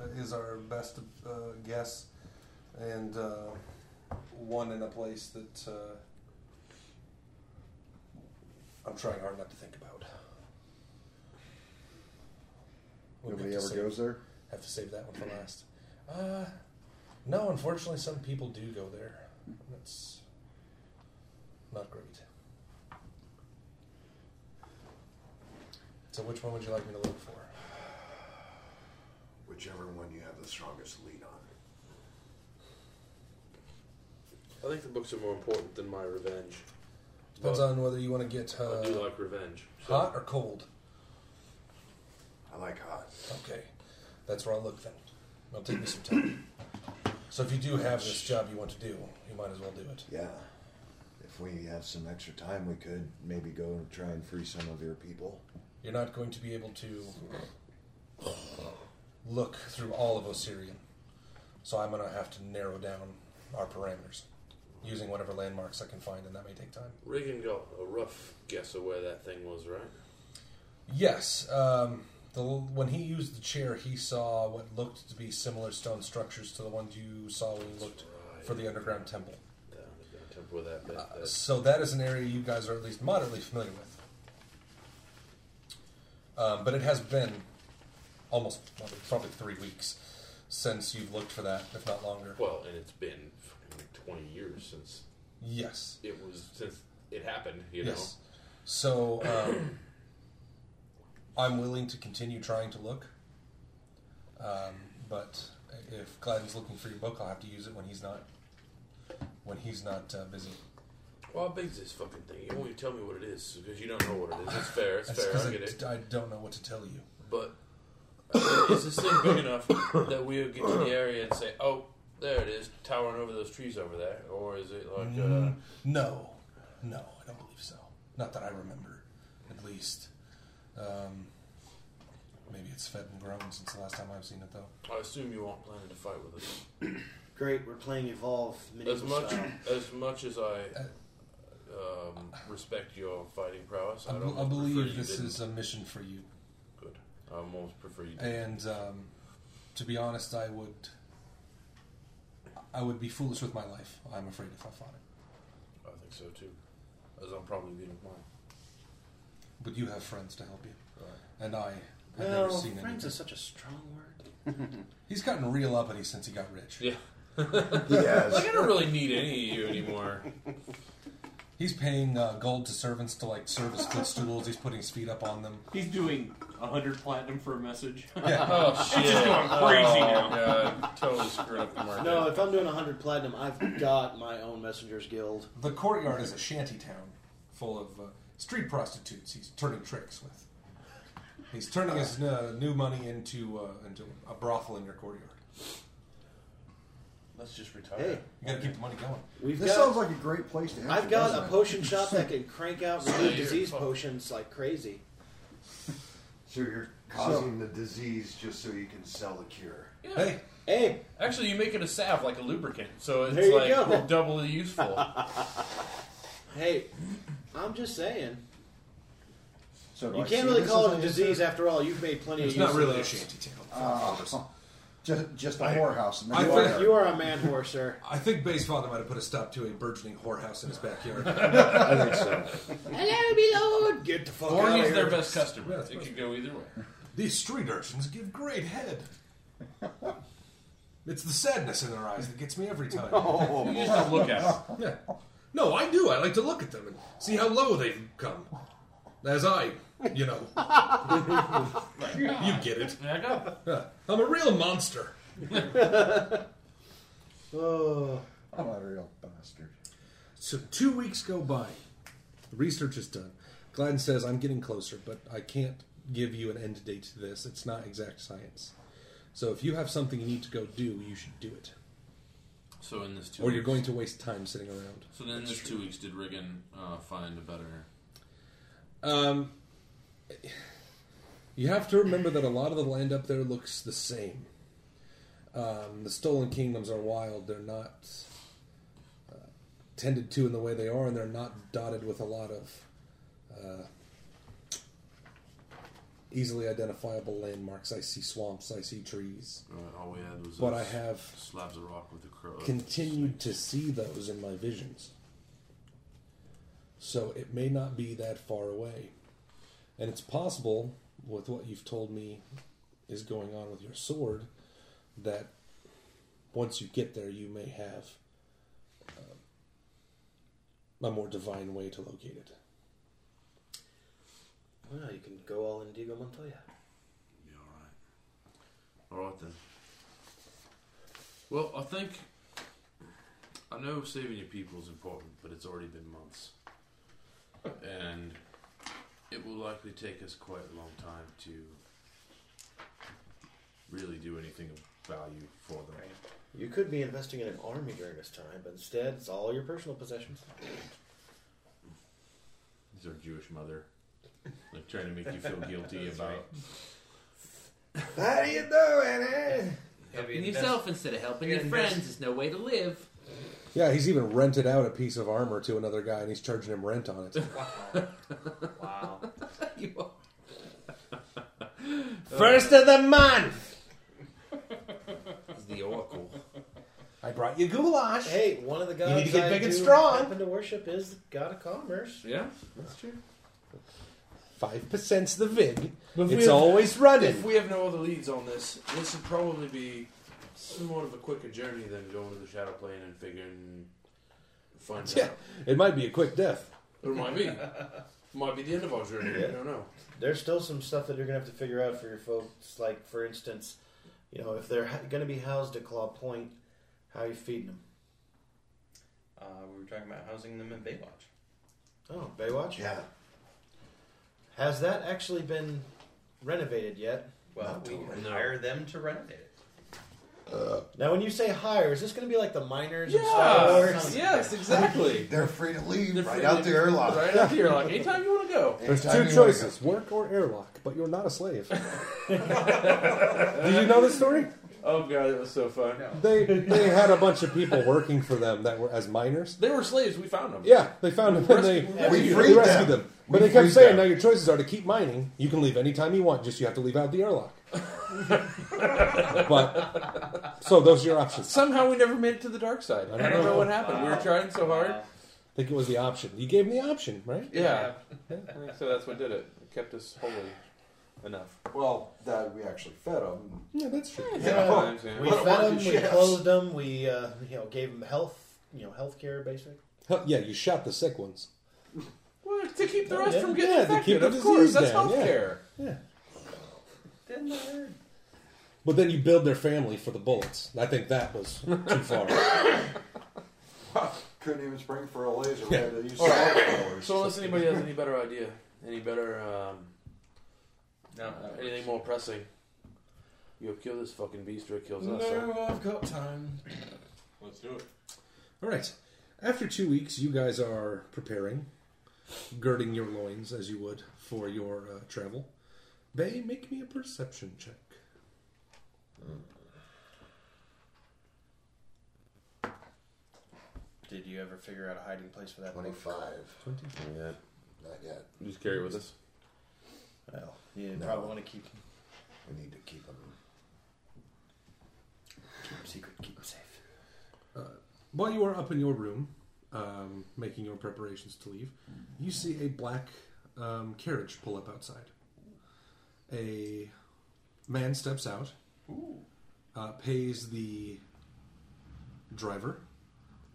Speaker 7: uh, is our best uh, guess. And uh, one in a place that uh, I'm trying hard not to think about. We'll
Speaker 13: Nobody
Speaker 7: have to
Speaker 13: ever
Speaker 7: save-
Speaker 13: goes there?
Speaker 7: Have to save that one for last. Uh, no, unfortunately, some people do go there. That's not great. So, which one would you like me to look for?
Speaker 3: Whichever one you have the strongest lead on.
Speaker 11: I think the books are more important than my revenge.
Speaker 7: Depends
Speaker 11: But
Speaker 7: on whether you want to get uh,
Speaker 11: I do like revenge. so-
Speaker 7: hot or cold.
Speaker 3: I like hot.
Speaker 7: Okay, that's where I'll look then. It'll take me some time. So, if you do have this job you want to do, you might as well do it.
Speaker 3: Yeah. If if we have some extra time, we could maybe go and try and free some of your people.
Speaker 7: You're not going to be able to look through all of Osirian. So I'm going to have to narrow down our parameters using whatever landmarks I can find, and that may take time.
Speaker 11: Regan got a rough guess of where that thing was, right?
Speaker 7: Yes, um, the, when he used the chair, he saw what looked to be similar stone structures to the ones you saw when you looked for the underground temple.
Speaker 11: The underground temple with that. that, that.
Speaker 7: So that is an area you guys are at least moderately familiar with. Um, but it has been almost well, probably three weeks since you've looked for that, if not longer.
Speaker 11: Well, and it's been fucking like 20 years since.
Speaker 7: Yes.
Speaker 11: It was since it happened, you
Speaker 7: yes. So um, I'm willing to continue trying to look. Um, but if Gladden's looking for your book, I'll have to use it when he's not when he's not uh, busy.
Speaker 11: know. Well, how big's this fucking thing? You won't even tell me what it is because you don't know what it is. It's fair. It's
Speaker 7: That's
Speaker 11: fair.
Speaker 7: 'cause
Speaker 11: I get it.
Speaker 7: I don't know what to tell you.
Speaker 11: But I mean, is this thing big enough that we'll get to the area and say, "Oh, there it is, towering over those trees over there," or is it like, uh,
Speaker 7: Mm, no, no, I don't believe so. Not that I remember, at least. Um, maybe it's fed and grown since the last time I've seen it, though.
Speaker 11: I assume you aren't planning to fight with us.
Speaker 12: Great, we're playing Evolve.
Speaker 11: As
Speaker 12: medieval
Speaker 11: much
Speaker 12: style.
Speaker 11: as much as I um, respect your fighting prowess, I,
Speaker 7: Uh, I,
Speaker 11: don't
Speaker 7: I believe
Speaker 11: you
Speaker 7: this
Speaker 11: didn't.
Speaker 7: is a mission for you,
Speaker 11: good. I almost prefer you. didn't.
Speaker 7: and um, to be honest, I would, I would be foolish with my life. I'm afraid if I fought it.
Speaker 11: I think so too, as I'm probably being mine.
Speaker 7: But you have friends to help you, and I have never
Speaker 12: well,
Speaker 7: seen
Speaker 12: friends
Speaker 7: anything.
Speaker 12: is such a strong word.
Speaker 7: He's gotten real uppity since he got rich.
Speaker 11: Yeah. Yes. Like, I don't really need any of you anymore.
Speaker 7: He's paying uh, gold to servants to like serve as footstools. He's putting his feet up on them.
Speaker 8: He's doing 100 platinum for a message.
Speaker 7: Yeah.
Speaker 8: Oh, shit. It's just going crazy now.
Speaker 11: Oh, God, totally screwed up the market.
Speaker 12: No, if I'm doing 100 platinum, I've got my own messengers guild.
Speaker 7: The courtyard is a shanty town full of uh, street prostitutes. He's turning tricks with. He's turning his uh, new money into uh, into a brothel in your courtyard.
Speaker 11: Let's just retire.
Speaker 12: Hey.
Speaker 7: You gotta keep the money going.
Speaker 12: We've
Speaker 3: this
Speaker 12: got-
Speaker 3: sounds like a great place to. Have
Speaker 12: I've
Speaker 3: it,
Speaker 12: got
Speaker 3: doesn't
Speaker 12: a
Speaker 3: it?
Speaker 12: potion shop that can crank out remove
Speaker 3: Yeah,
Speaker 12: disease
Speaker 3: fuck.
Speaker 12: potions like crazy.
Speaker 3: So you're causing the disease just so you can sell the cure.
Speaker 11: Hey.
Speaker 12: Hey.
Speaker 11: Actually, you make it a salve like a lubricant, so it's
Speaker 12: There you
Speaker 11: like
Speaker 12: go.
Speaker 11: doubly useful.
Speaker 12: Hey, I'm just saying.
Speaker 3: So do
Speaker 12: you
Speaker 3: I
Speaker 12: can't
Speaker 3: see
Speaker 12: really
Speaker 3: this
Speaker 12: call
Speaker 3: as
Speaker 12: it a
Speaker 3: an
Speaker 12: disease after all. You've made plenty
Speaker 7: It's
Speaker 12: of use
Speaker 7: not
Speaker 12: of
Speaker 7: really a
Speaker 12: those.
Speaker 7: shanty town.
Speaker 3: Uh, just, just a
Speaker 7: I-
Speaker 3: whorehouse. in the
Speaker 7: I
Speaker 3: middle of
Speaker 7: think-
Speaker 3: there.
Speaker 12: You are a man whore, sir.
Speaker 7: I think Bay's father might have put a stop to a burgeoning whorehouse in his backyard.
Speaker 3: I think so.
Speaker 12: Hello, me lord. Get the fuck
Speaker 11: or
Speaker 12: out
Speaker 11: he's
Speaker 12: of
Speaker 11: their
Speaker 12: here.
Speaker 11: best customer.
Speaker 12: Yeah,
Speaker 11: it
Speaker 12: it's
Speaker 11: could go either way.
Speaker 7: These street urchins give great head. It's the sadness in their eyes that gets me every time.
Speaker 12: Oh,
Speaker 11: You just don't look at them.
Speaker 7: Yeah. No, I do. I like to look at them and see how low they've come. As I, you know. you get it.
Speaker 11: There I go.
Speaker 7: Yeah. I'm a real monster.
Speaker 12: Oh,
Speaker 3: I'm a real bastard.
Speaker 7: So two weeks go by. The research is done. Gladden says, I'm getting closer, but I can't give you an end date to this. It's not exact science. So if you have something you need to go do, you should do it.
Speaker 11: So in this two,
Speaker 7: Or
Speaker 11: weeks,
Speaker 7: you're going to waste time sitting around.
Speaker 11: So then, in this two weeks, did Regan uh, find a better?
Speaker 7: Um, you have to remember that a lot of the land up there looks the same. Um, the stolen kingdoms are wild. They're not uh, tended to in the way they are, and they're not dotted with a lot of uh, easily identifiable landmarks. I see swamps. I see trees.
Speaker 11: Uh, all we had was
Speaker 7: But
Speaker 11: those
Speaker 7: I have
Speaker 11: slabs of rock with a crow.
Speaker 7: continued to see those in my visions. So it may not be that far away. And it's possible, with what you've told me is going on with your sword, that once you get there, you may have uh, a more divine way to locate it.
Speaker 12: Well, you can go all Indigo Montoya.
Speaker 11: All right then. Well, I think I know saving your people is important, but it's already been months, and it will likely take us quite a long time to really do anything of value for them.
Speaker 12: You could be investing in an army during this time, but instead, it's all your personal possessions.
Speaker 11: their Jewish mother, like trying to make you feel guilty
Speaker 9: That's
Speaker 11: about
Speaker 9: How you doing, eh?
Speaker 13: Helping yourself instead of helping your friends is no way to live.
Speaker 7: Yeah, he's even rented out a piece of armor to another guy, and he's charging him rent on it.
Speaker 13: wow. you are.
Speaker 12: First of the month.
Speaker 13: the oracle.
Speaker 7: I brought you goulash.
Speaker 12: Hey, one of the gods
Speaker 7: You need to get
Speaker 12: I
Speaker 7: big and
Speaker 12: do
Speaker 7: strong.
Speaker 12: happen to worship is the god of commerce.
Speaker 11: Yeah,
Speaker 12: that's true.
Speaker 7: Five percent's the vig.
Speaker 11: But if
Speaker 7: it's
Speaker 11: we have-
Speaker 7: always running.
Speaker 11: If we have no other leads on this, this would probably be somewhat of a quicker journey than going to the shadow plane and figuring find
Speaker 7: yeah,
Speaker 11: out.
Speaker 7: it might be a quick death.
Speaker 11: Or it might be. might be the end of our journey. I
Speaker 12: Yeah.
Speaker 11: don't know.
Speaker 12: There's still some stuff that you're gonna have to figure out for your folks. Like, for instance, you know, if they're ha- gonna be housed at Claw Point, how are you feeding them?
Speaker 2: Uh, we were talking about housing them in Baywatch.
Speaker 12: Oh, Baywatch.
Speaker 3: Yeah.
Speaker 12: Has that actually been renovated yet?
Speaker 2: Well, we hire them to renovate it.
Speaker 12: Now, when you say hire, is this going to be like the miners? of
Speaker 2: Yeah.
Speaker 12: Star Wars?
Speaker 2: Yes,
Speaker 11: exactly.
Speaker 3: They're free to leave
Speaker 11: They're
Speaker 3: right
Speaker 11: free
Speaker 3: out
Speaker 11: to
Speaker 3: the
Speaker 11: leave
Speaker 3: airlock.
Speaker 11: right out the airlock. Anytime you wanna go.
Speaker 7: There's
Speaker 3: Anytime
Speaker 7: two
Speaker 3: you wanna
Speaker 7: choices: work or airlock. But you're not a slave. Did you know this story?
Speaker 11: Oh god, it was so fun.
Speaker 7: They they had a bunch of people working for them that were as miners.
Speaker 11: They were slaves. We found them.
Speaker 7: Yeah, they found them and they,
Speaker 11: We
Speaker 7: they
Speaker 11: freed
Speaker 7: rescued
Speaker 11: them.
Speaker 7: them.
Speaker 11: We
Speaker 7: But they kept
Speaker 11: freed
Speaker 7: saying,
Speaker 11: them.
Speaker 7: now your choices are to keep mining. You can leave anytime you want, just you have to leave out the airlock. but so those are your options.
Speaker 11: Somehow we never made it to the dark side. I don't, know, what happened. We were trying so hard.
Speaker 7: I think it was the option. You gave them the option, right?
Speaker 11: Yeah. I think so that's what did it. It kept us holy enough.
Speaker 3: Well, that we actually fed them.
Speaker 7: Yeah, that's true.
Speaker 12: Yeah. We fed them, we
Speaker 3: Chefs.
Speaker 12: clothed them, we uh, you know gave them health, you know, health care, basic.
Speaker 7: Hell, Yeah, you shot the sick ones.
Speaker 11: Well, to keep the
Speaker 12: Yeah.
Speaker 11: rest from getting
Speaker 12: Yeah, to
Speaker 11: infected,
Speaker 7: keep the
Speaker 11: of course.
Speaker 7: disease
Speaker 11: That's
Speaker 7: down,
Speaker 11: health
Speaker 7: yeah.
Speaker 11: care.
Speaker 7: Yeah. But then you build their family for the bullets. I think that was too far.
Speaker 3: Couldn't even spring for a laser. We
Speaker 7: Yeah.
Speaker 3: had to use
Speaker 11: All right.
Speaker 3: salt
Speaker 11: So unless anybody has any better idea, any better, um,
Speaker 2: no,
Speaker 11: anything more pressing, you'll kill this fucking beast or it kills us. huh?
Speaker 1: No, I've got time. Let's do it.
Speaker 7: All right. After two weeks, you guys are preparing, girding your loins as you would for your uh, travel. Bay, make me a perception check.
Speaker 12: Did you ever figure out a hiding place for that?
Speaker 3: Twenty-five.
Speaker 7: Twenty.
Speaker 11: Yeah.
Speaker 3: Not yet.
Speaker 11: Just carry it with us.
Speaker 12: Well, you
Speaker 3: No.
Speaker 12: probably want to keep them.
Speaker 3: We need to keep them.
Speaker 12: Keep them secret. Keep them safe.
Speaker 7: While you are up in your room, um, making your preparations to leave, you see a black um, carriage pull up outside. A man steps out, uh, pays the driver,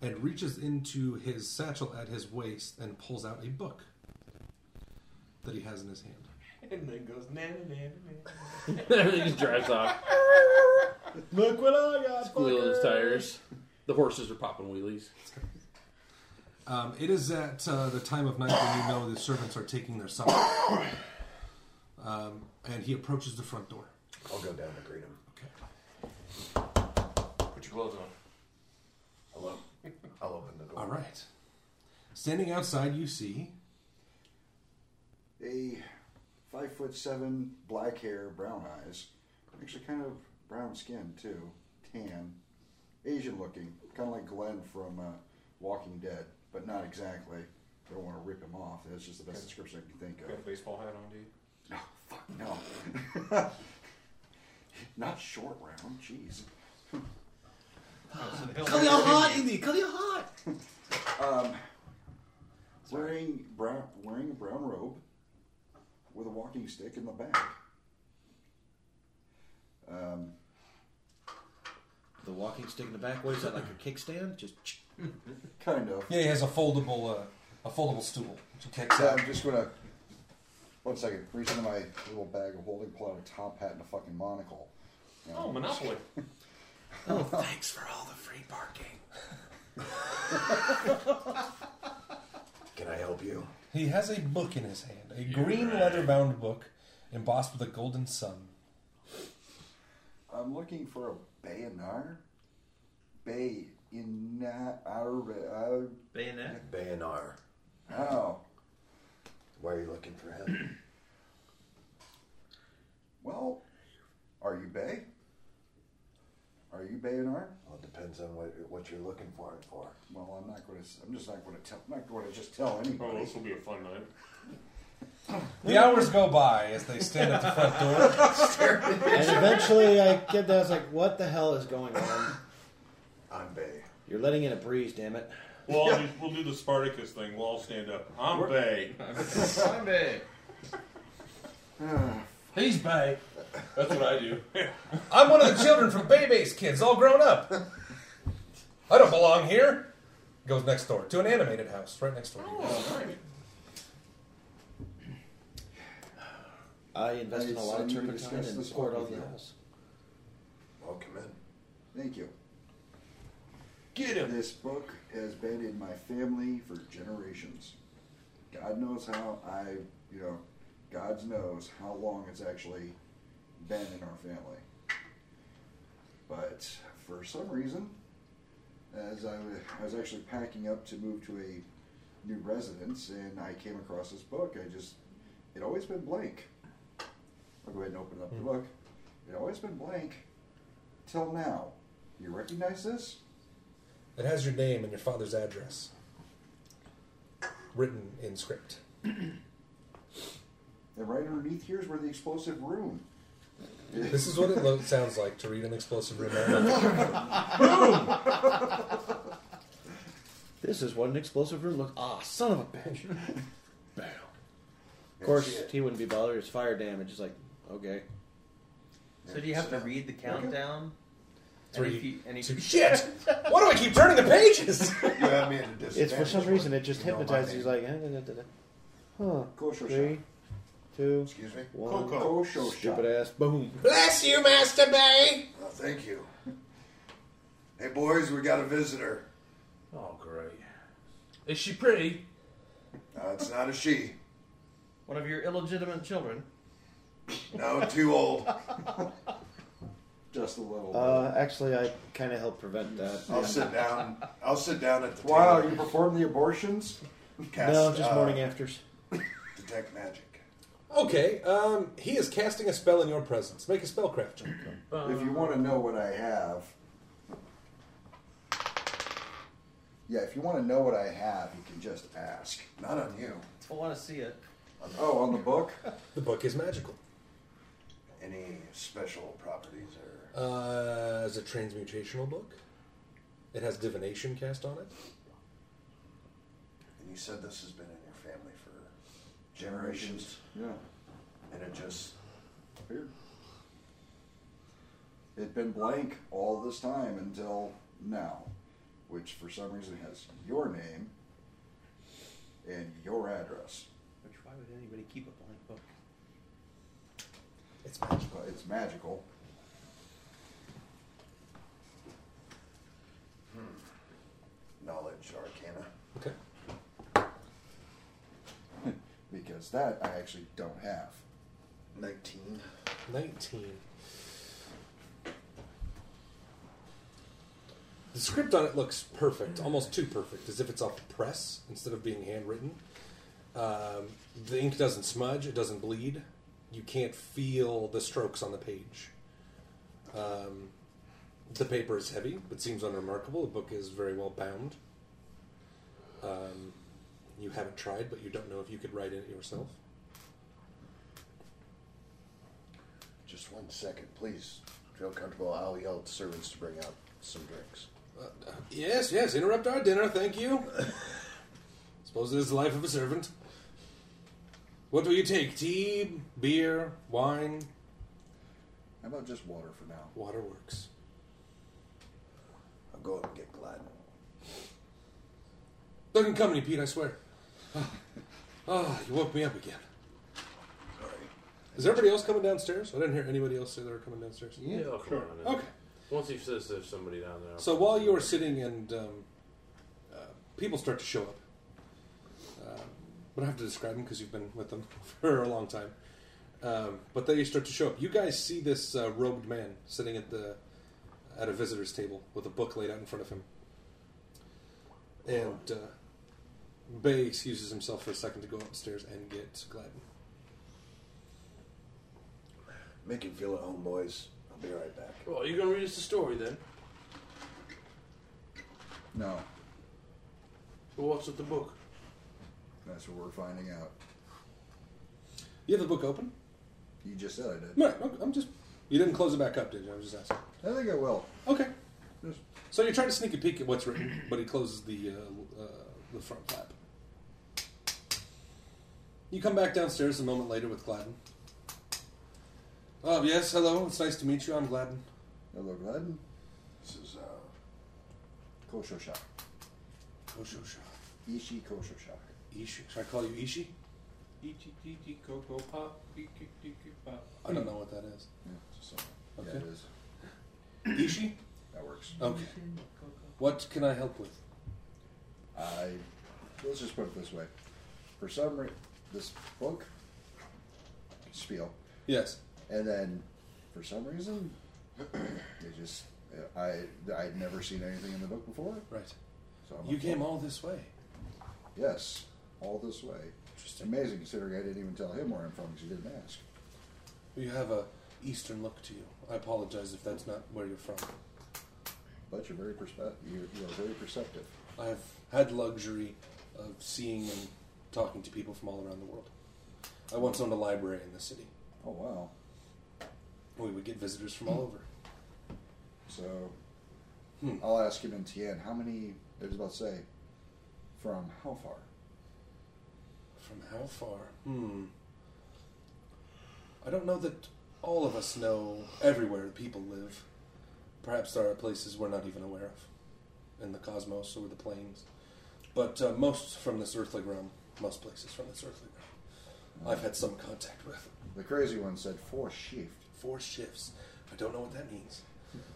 Speaker 7: and reaches into his satchel at his waist and pulls out a book that he has in his hand.
Speaker 8: And then goes na na na na.
Speaker 11: Everything just drives off.
Speaker 12: Look what I got.
Speaker 11: Squeal his tires. The horses are popping wheelies.
Speaker 7: Um, it is at uh, the time of night when you know the servants are taking their supper. Um, and he approaches the front door.
Speaker 3: I'll go down and greet them.
Speaker 8: Put your gloves on.
Speaker 3: Hello. I'll open the door.
Speaker 7: All right. Standing outside, you see
Speaker 9: A five foot seven, black hair, brown eyes, actually kind of brown skin too, tan, Asian looking, kind of like Glenn from uh, Walking Dead, but not exactly. I don't want to rip him off. That's just the best description I can think
Speaker 1: Got a
Speaker 9: of.
Speaker 1: baseball hat on, dude.
Speaker 9: No, fuck no. not short round. Jeez.
Speaker 13: Call your heart, Indy. Call your heart.
Speaker 9: Um, wearing brown, wearing a brown robe with a walking stick in the back. Um,
Speaker 12: The walking stick in the back. What is that? Like a kickstand? Just
Speaker 9: kind of.
Speaker 7: Yeah, he has a foldable, uh, a foldable stool. Which he kicks
Speaker 9: Yeah,
Speaker 7: out.
Speaker 9: I'm just gonna. One second. Reach into my little bag of holding, pull out a top hat and a fucking monocle. You know,
Speaker 8: Oh, Monopoly.
Speaker 9: Oh,
Speaker 13: thanks for all the free parking.
Speaker 3: Can I help you?
Speaker 7: He has a book in his hand, a
Speaker 3: Yeah,
Speaker 7: green
Speaker 3: right.
Speaker 7: leather-bound book embossed with a golden sun.
Speaker 9: I'm looking for a bayonar. Bay in uh,
Speaker 3: Bayonar.
Speaker 9: Oh.
Speaker 14: Why are you looking for him?
Speaker 3: Well, are you Bay? Are you Bay and Arn?
Speaker 14: Well, it depends on what what you're looking for it for.
Speaker 3: Well, I'm not going to. I'm just not going to tell. I'm not going to just tell anybody.
Speaker 1: Oh, this will be a fun night.
Speaker 7: The hours go by as they stand at the front door.
Speaker 12: and eventually I get there, I was like, what the hell is going on?
Speaker 14: I'm Bay.
Speaker 12: You're letting in a breeze, damn it.
Speaker 1: We'll, all do, we'll do the Spartacus thing. We'll all stand up. I'm Bay.
Speaker 11: I'm Bay.
Speaker 7: He's Bay.
Speaker 1: That's what I do.
Speaker 7: I'm one of the children from Bay Bay's kids, all grown up. I don't belong here. Goes next door to an animated house, right next door.
Speaker 1: Oh.
Speaker 12: I invest in a lot of
Speaker 3: Hey, so you
Speaker 12: turpentine
Speaker 3: discussed
Speaker 12: and
Speaker 3: this
Speaker 12: poured
Speaker 3: one
Speaker 12: all
Speaker 3: with
Speaker 12: the
Speaker 3: you.
Speaker 12: holes.
Speaker 14: Welcome in.
Speaker 3: Thank you.
Speaker 1: Get him.
Speaker 3: This book has been in my family for generations. God knows how I, you know, God knows how long it's actually been in our family. But for some reason, as I was, I was actually packing up to move to a new residence, and I came across this book. I just, it always been blank. I'll go ahead and open up the
Speaker 1: Hmm.
Speaker 3: book. It always been blank till now. You recognize this?
Speaker 7: It has your name and your father's address written in script.
Speaker 3: And right underneath here is where the explosive room.
Speaker 7: This is what it lo- sounds like to read an explosive room. manual.
Speaker 12: This is what an explosive room looks. Ah, son of a bitch. Bam. Of course, he wouldn't be bothered. It's fire damage. It's like, okay.
Speaker 2: So do you have to read the countdown?
Speaker 7: Three,
Speaker 2: if you- and if
Speaker 7: two-
Speaker 2: you-
Speaker 7: shit! Why do I keep turning the pages?
Speaker 12: It's for some reason it just
Speaker 14: You know my
Speaker 12: hypnotizes. you.
Speaker 14: name.
Speaker 12: like, eh, da, da, da, da. huh?
Speaker 3: Kosher
Speaker 12: three, two,
Speaker 14: Excuse me?
Speaker 12: one.
Speaker 3: Coco. Kosher
Speaker 12: Oh, Stupid ass. Boom.
Speaker 7: Bless you, Master Bay!
Speaker 14: Well, thank you. Hey, boys, we got a visitor.
Speaker 11: Oh, great. Is she pretty?
Speaker 14: No, it's not a she.
Speaker 2: One of your illegitimate children.
Speaker 14: No, too old.
Speaker 3: Just a little.
Speaker 12: Uh, actually, I kind of helped prevent that.
Speaker 14: I'll sit down. I'll sit down at the
Speaker 3: wow,
Speaker 14: table.
Speaker 3: you perform the abortions?
Speaker 14: Cast,
Speaker 12: no, just
Speaker 14: uh,
Speaker 12: morning afters.
Speaker 14: Detect magic.
Speaker 7: Okay, um, he is casting a spell in your presence. Make a spellcraft check.
Speaker 3: if you want to know what I have. Yeah, if you want to know what I have, you can just ask.
Speaker 14: Not on you.
Speaker 2: I want to see it.
Speaker 3: Oh, on the book?
Speaker 7: The book is magical.
Speaker 14: Any special properties or
Speaker 7: Uh, it's a transmutational book. It has divination cast on it.
Speaker 14: And you said this has been in your family for generations,
Speaker 3: Yeah.
Speaker 14: and it just
Speaker 3: Weird. It'd been blank all this time until now, which for some reason has your name and your address.
Speaker 2: Which why would anybody keep a blank book?
Speaker 7: It's magical.
Speaker 3: But it's magical. Hmm.
Speaker 14: knowledge arcana.
Speaker 7: Okay.
Speaker 3: because that I actually don't have.
Speaker 14: 19.
Speaker 7: 19. The script on it looks perfect, almost too perfect, as if it's off the press instead of being handwritten. Um, the ink doesn't smudge, it doesn't bleed. You can't feel the strokes on the page. Um, the paper is heavy, but seems unremarkable. The book is very well bound. Um, you haven't tried, but you don't know if you could write in it yourself.
Speaker 14: Just one second, please. Feel comfortable. I'll yell at the servants to bring out some drinks.
Speaker 7: Yes, yes, interrupt our dinner, thank you. Suppose it is the life of a servant. What will you take? Tea, beer, wine?
Speaker 3: How about just water for now?
Speaker 7: Water works.
Speaker 14: I'll go up and get Gladden.
Speaker 7: Doesn't company, Pete, I swear. Oh, you woke me up again.
Speaker 14: Sorry.
Speaker 7: Is everybody else coming downstairs? I didn't hear anybody else say they were coming downstairs.
Speaker 11: Yeah, I'll Oh, come
Speaker 7: sure.
Speaker 11: around in.
Speaker 7: Okay.
Speaker 11: Once he says there's somebody down there. I'll-
Speaker 7: So while you are sitting and um, uh, people start to show up, uh, but I have to describe them because you've been with them for a long time. Um, but they start to show up. You guys see this uh, robed man sitting at the at a visitor's table with a book laid out in front of him, and uh, Bay excuses himself for a second to go upstairs and get Gladden.
Speaker 3: Make him feel at home, boys. I'll be right back.
Speaker 11: Well, you're gonna read us the story then.
Speaker 9: No,
Speaker 11: Well, what's with the book?
Speaker 9: that's what we're finding out.
Speaker 7: You have the book open?
Speaker 9: You just said I did.
Speaker 7: No, I'm- I'm just. You didn't close it back up, did you? I was just asking.
Speaker 9: I think I will.
Speaker 7: Okay. So you try to sneak a peek at what's written, but he closes the uh, uh, the front flap. You come back downstairs a moment later with Gladden. Oh yes, hello. It's nice to meet you. I'm Gladden.
Speaker 9: Hello, Gladden. This is uh, Kosho Shop.
Speaker 7: Kosho Shop.
Speaker 9: Ishi Kosho Shop.
Speaker 7: Ishi. Should I call you Ishi?
Speaker 8: Ichi, chichi, coco, pop, tiki, tiki, pop.
Speaker 7: I don't know what that is.
Speaker 9: Yeah, it's a song.
Speaker 7: Okay.
Speaker 9: Yeah, it is.
Speaker 7: Ishi.
Speaker 9: That works.
Speaker 7: Okay. What can I help with?
Speaker 9: I let's just put it this way. For some reason, this book
Speaker 3: Spiel.
Speaker 7: Yes.
Speaker 3: And then, for some reason, they just uh, I I'd never seen anything in the book before.
Speaker 7: Right.
Speaker 3: So I'm
Speaker 7: You
Speaker 3: like,
Speaker 7: came
Speaker 3: well,
Speaker 7: all this way.
Speaker 3: Yes, all this way. It's amazing considering I didn't even tell him where I'm from because he didn't ask.
Speaker 7: You have a Eastern look to you. I apologize if that's not where you're from.
Speaker 3: But you're very perspe- you're, you are very perceptive.
Speaker 7: I have had luxury of seeing and talking to people from all around the world. I once owned a library in the city.
Speaker 3: Oh wow!
Speaker 7: We would get visitors from all over.
Speaker 3: So I'll ask him in Tien how many. I was about to say from how far.
Speaker 7: From how far? Hmm. I don't know that all of us know everywhere people live. Perhaps there are places we're not even aware of, in the cosmos or the planes. But uh, most from this earthly realm, most places from this earthly realm, I've had some contact with.
Speaker 3: The crazy one said four shift.
Speaker 7: Four shifts. I don't know what that means.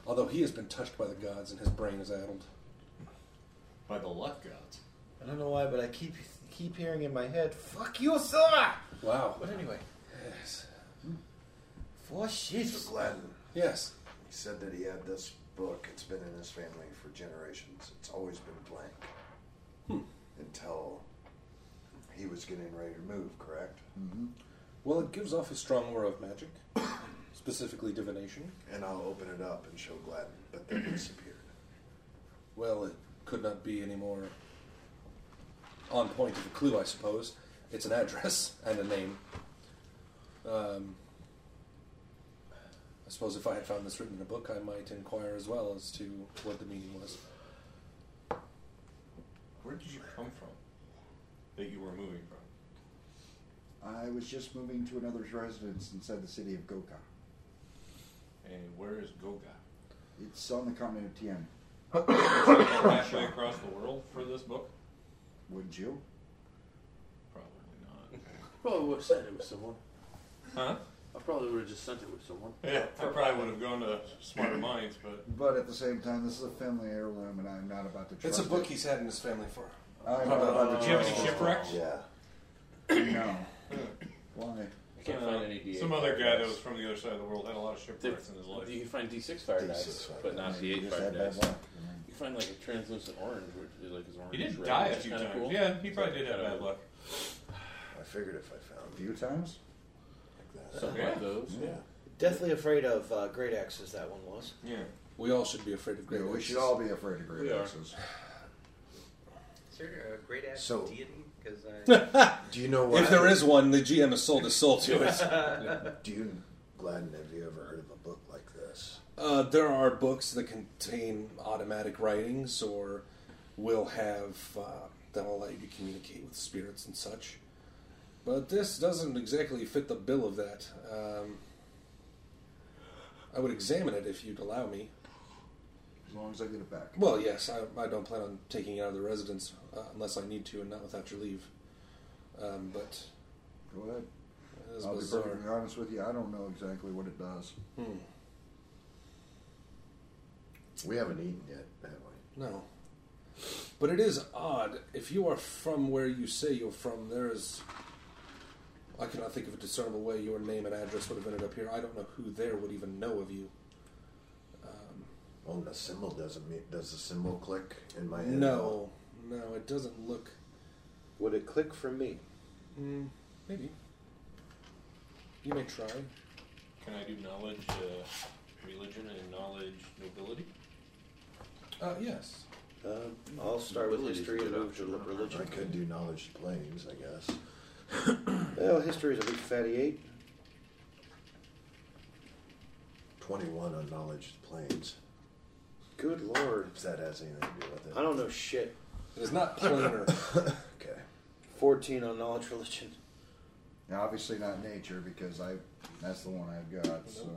Speaker 7: Although he has been touched by the gods and his brain is addled.
Speaker 15: By the luck gods.
Speaker 12: I don't know why, but I keep keep hearing in my head, "Fuck you, Sora."
Speaker 7: Wow.
Speaker 12: But anyway,
Speaker 7: yes.
Speaker 12: Four shifts.
Speaker 3: Mr. Gladden.
Speaker 7: Yes.
Speaker 3: He said that he had this book. It's been in his family for generations. It's always been blank. Until he was getting ready to move, correct?
Speaker 7: Mm-hmm. Well, it gives off a strong aura of magic, specifically divination.
Speaker 3: And I'll open it up and show Gladden, but then it disappeared.
Speaker 7: Well, it could not be any more on point of a clue, I suppose. It's an address and a name. Um, I suppose if I had found this written in a book, I might inquire as well as to what the meaning was.
Speaker 8: Where did you come from? That you were moving from?
Speaker 3: I was just moving to another residence inside the city of Goka.
Speaker 8: And where is Goga?
Speaker 3: It's on the continent of Tien.
Speaker 8: Halfway across the world for this book?
Speaker 3: Wouldn't you?
Speaker 8: Probably not.
Speaker 11: Probably would have sent it with someone.
Speaker 8: Huh?
Speaker 11: I probably would have just sent it with someone.
Speaker 8: Yeah, I probably would have gone to smarter minds, but
Speaker 3: But at the same time, this is a family heirloom, and I'm not about to trust
Speaker 7: It's a book
Speaker 3: it.
Speaker 7: he's had in his family for.
Speaker 3: I'm not about to
Speaker 8: Do you have
Speaker 3: trust
Speaker 8: any
Speaker 3: it.
Speaker 8: shipwrecks?
Speaker 3: Yeah. no. Why?
Speaker 15: I can't
Speaker 8: Uh,
Speaker 15: find any D8.
Speaker 8: Some other guy that was from the other side of the world had a lot of shipwrecks in his life.
Speaker 15: You can find D6 fire
Speaker 3: D6
Speaker 15: dice,
Speaker 3: fire
Speaker 15: but not
Speaker 3: dice.
Speaker 15: D8
Speaker 3: Just
Speaker 15: fire
Speaker 3: had bad
Speaker 15: dice.
Speaker 3: luck.
Speaker 15: You find like a translucent orange, which is like his orange.
Speaker 8: He did
Speaker 15: red.
Speaker 8: die a
Speaker 15: It's
Speaker 8: few
Speaker 15: kinda
Speaker 8: times.
Speaker 15: cool.
Speaker 8: Yeah, he probably
Speaker 15: It's
Speaker 8: did have
Speaker 15: kinda
Speaker 8: bad luck.
Speaker 3: I figured if I found
Speaker 9: a few times.
Speaker 15: Something like those. Yeah.
Speaker 12: Deathly afraid of uh, great axes. That one was.
Speaker 8: Yeah.
Speaker 7: We all should be afraid of great
Speaker 3: Yeah, we
Speaker 7: axes.
Speaker 3: should all be afraid of great
Speaker 12: We are.
Speaker 3: axes.
Speaker 2: Is there a great ass
Speaker 3: So-
Speaker 2: deity? Because
Speaker 3: Do you know what?
Speaker 7: If there is one, the GM has sold his soul to it.
Speaker 3: Do you, Gladden, have you ever heard of a book like this?
Speaker 7: Uh, there are books that contain automatic writings or will have uh, that will allow you to communicate with spirits and such. But this doesn't exactly fit the bill of that. Um, I would examine it if you'd allow me.
Speaker 3: As long as I get it back.
Speaker 7: Well, yes, I, I don't plan on taking it out of the residence uh, unless I need to and not without your leave. Um, but
Speaker 3: Go ahead.
Speaker 7: That's
Speaker 3: I'll
Speaker 7: bizarre.
Speaker 3: be perfectly honest with you. I don't know exactly what it does.
Speaker 7: Hmm.
Speaker 3: We haven't eaten yet, have we?
Speaker 7: No. But it is odd. If you are from where you say you're from, there is. I cannot think of a discernible way your name and address would have ended up here. I don't know who there would even know of you.
Speaker 3: Well, the symbol doesn't mean. Does the symbol click in my head?
Speaker 7: No, no, it doesn't look
Speaker 12: Would it click for me?
Speaker 7: Mm, maybe. You may try.
Speaker 8: Can I do knowledge, uh, religion, and knowledge nobility?
Speaker 7: Uh, yes.
Speaker 12: Um, I'll start with
Speaker 16: Ability's
Speaker 12: history
Speaker 16: a
Speaker 12: and
Speaker 16: good
Speaker 12: move to
Speaker 16: option.
Speaker 12: religion.
Speaker 16: I could
Speaker 12: do knowledge claims, I guess. well, history is a big fatty eight.
Speaker 17: 21 on knowledge planes.
Speaker 12: Good lord.
Speaker 17: If that has anything to do with it.
Speaker 12: I don't know shit.
Speaker 7: It is not planar.
Speaker 12: okay. 14 on knowledge religion.
Speaker 3: Now, obviously not nature because I that's the one I've got. So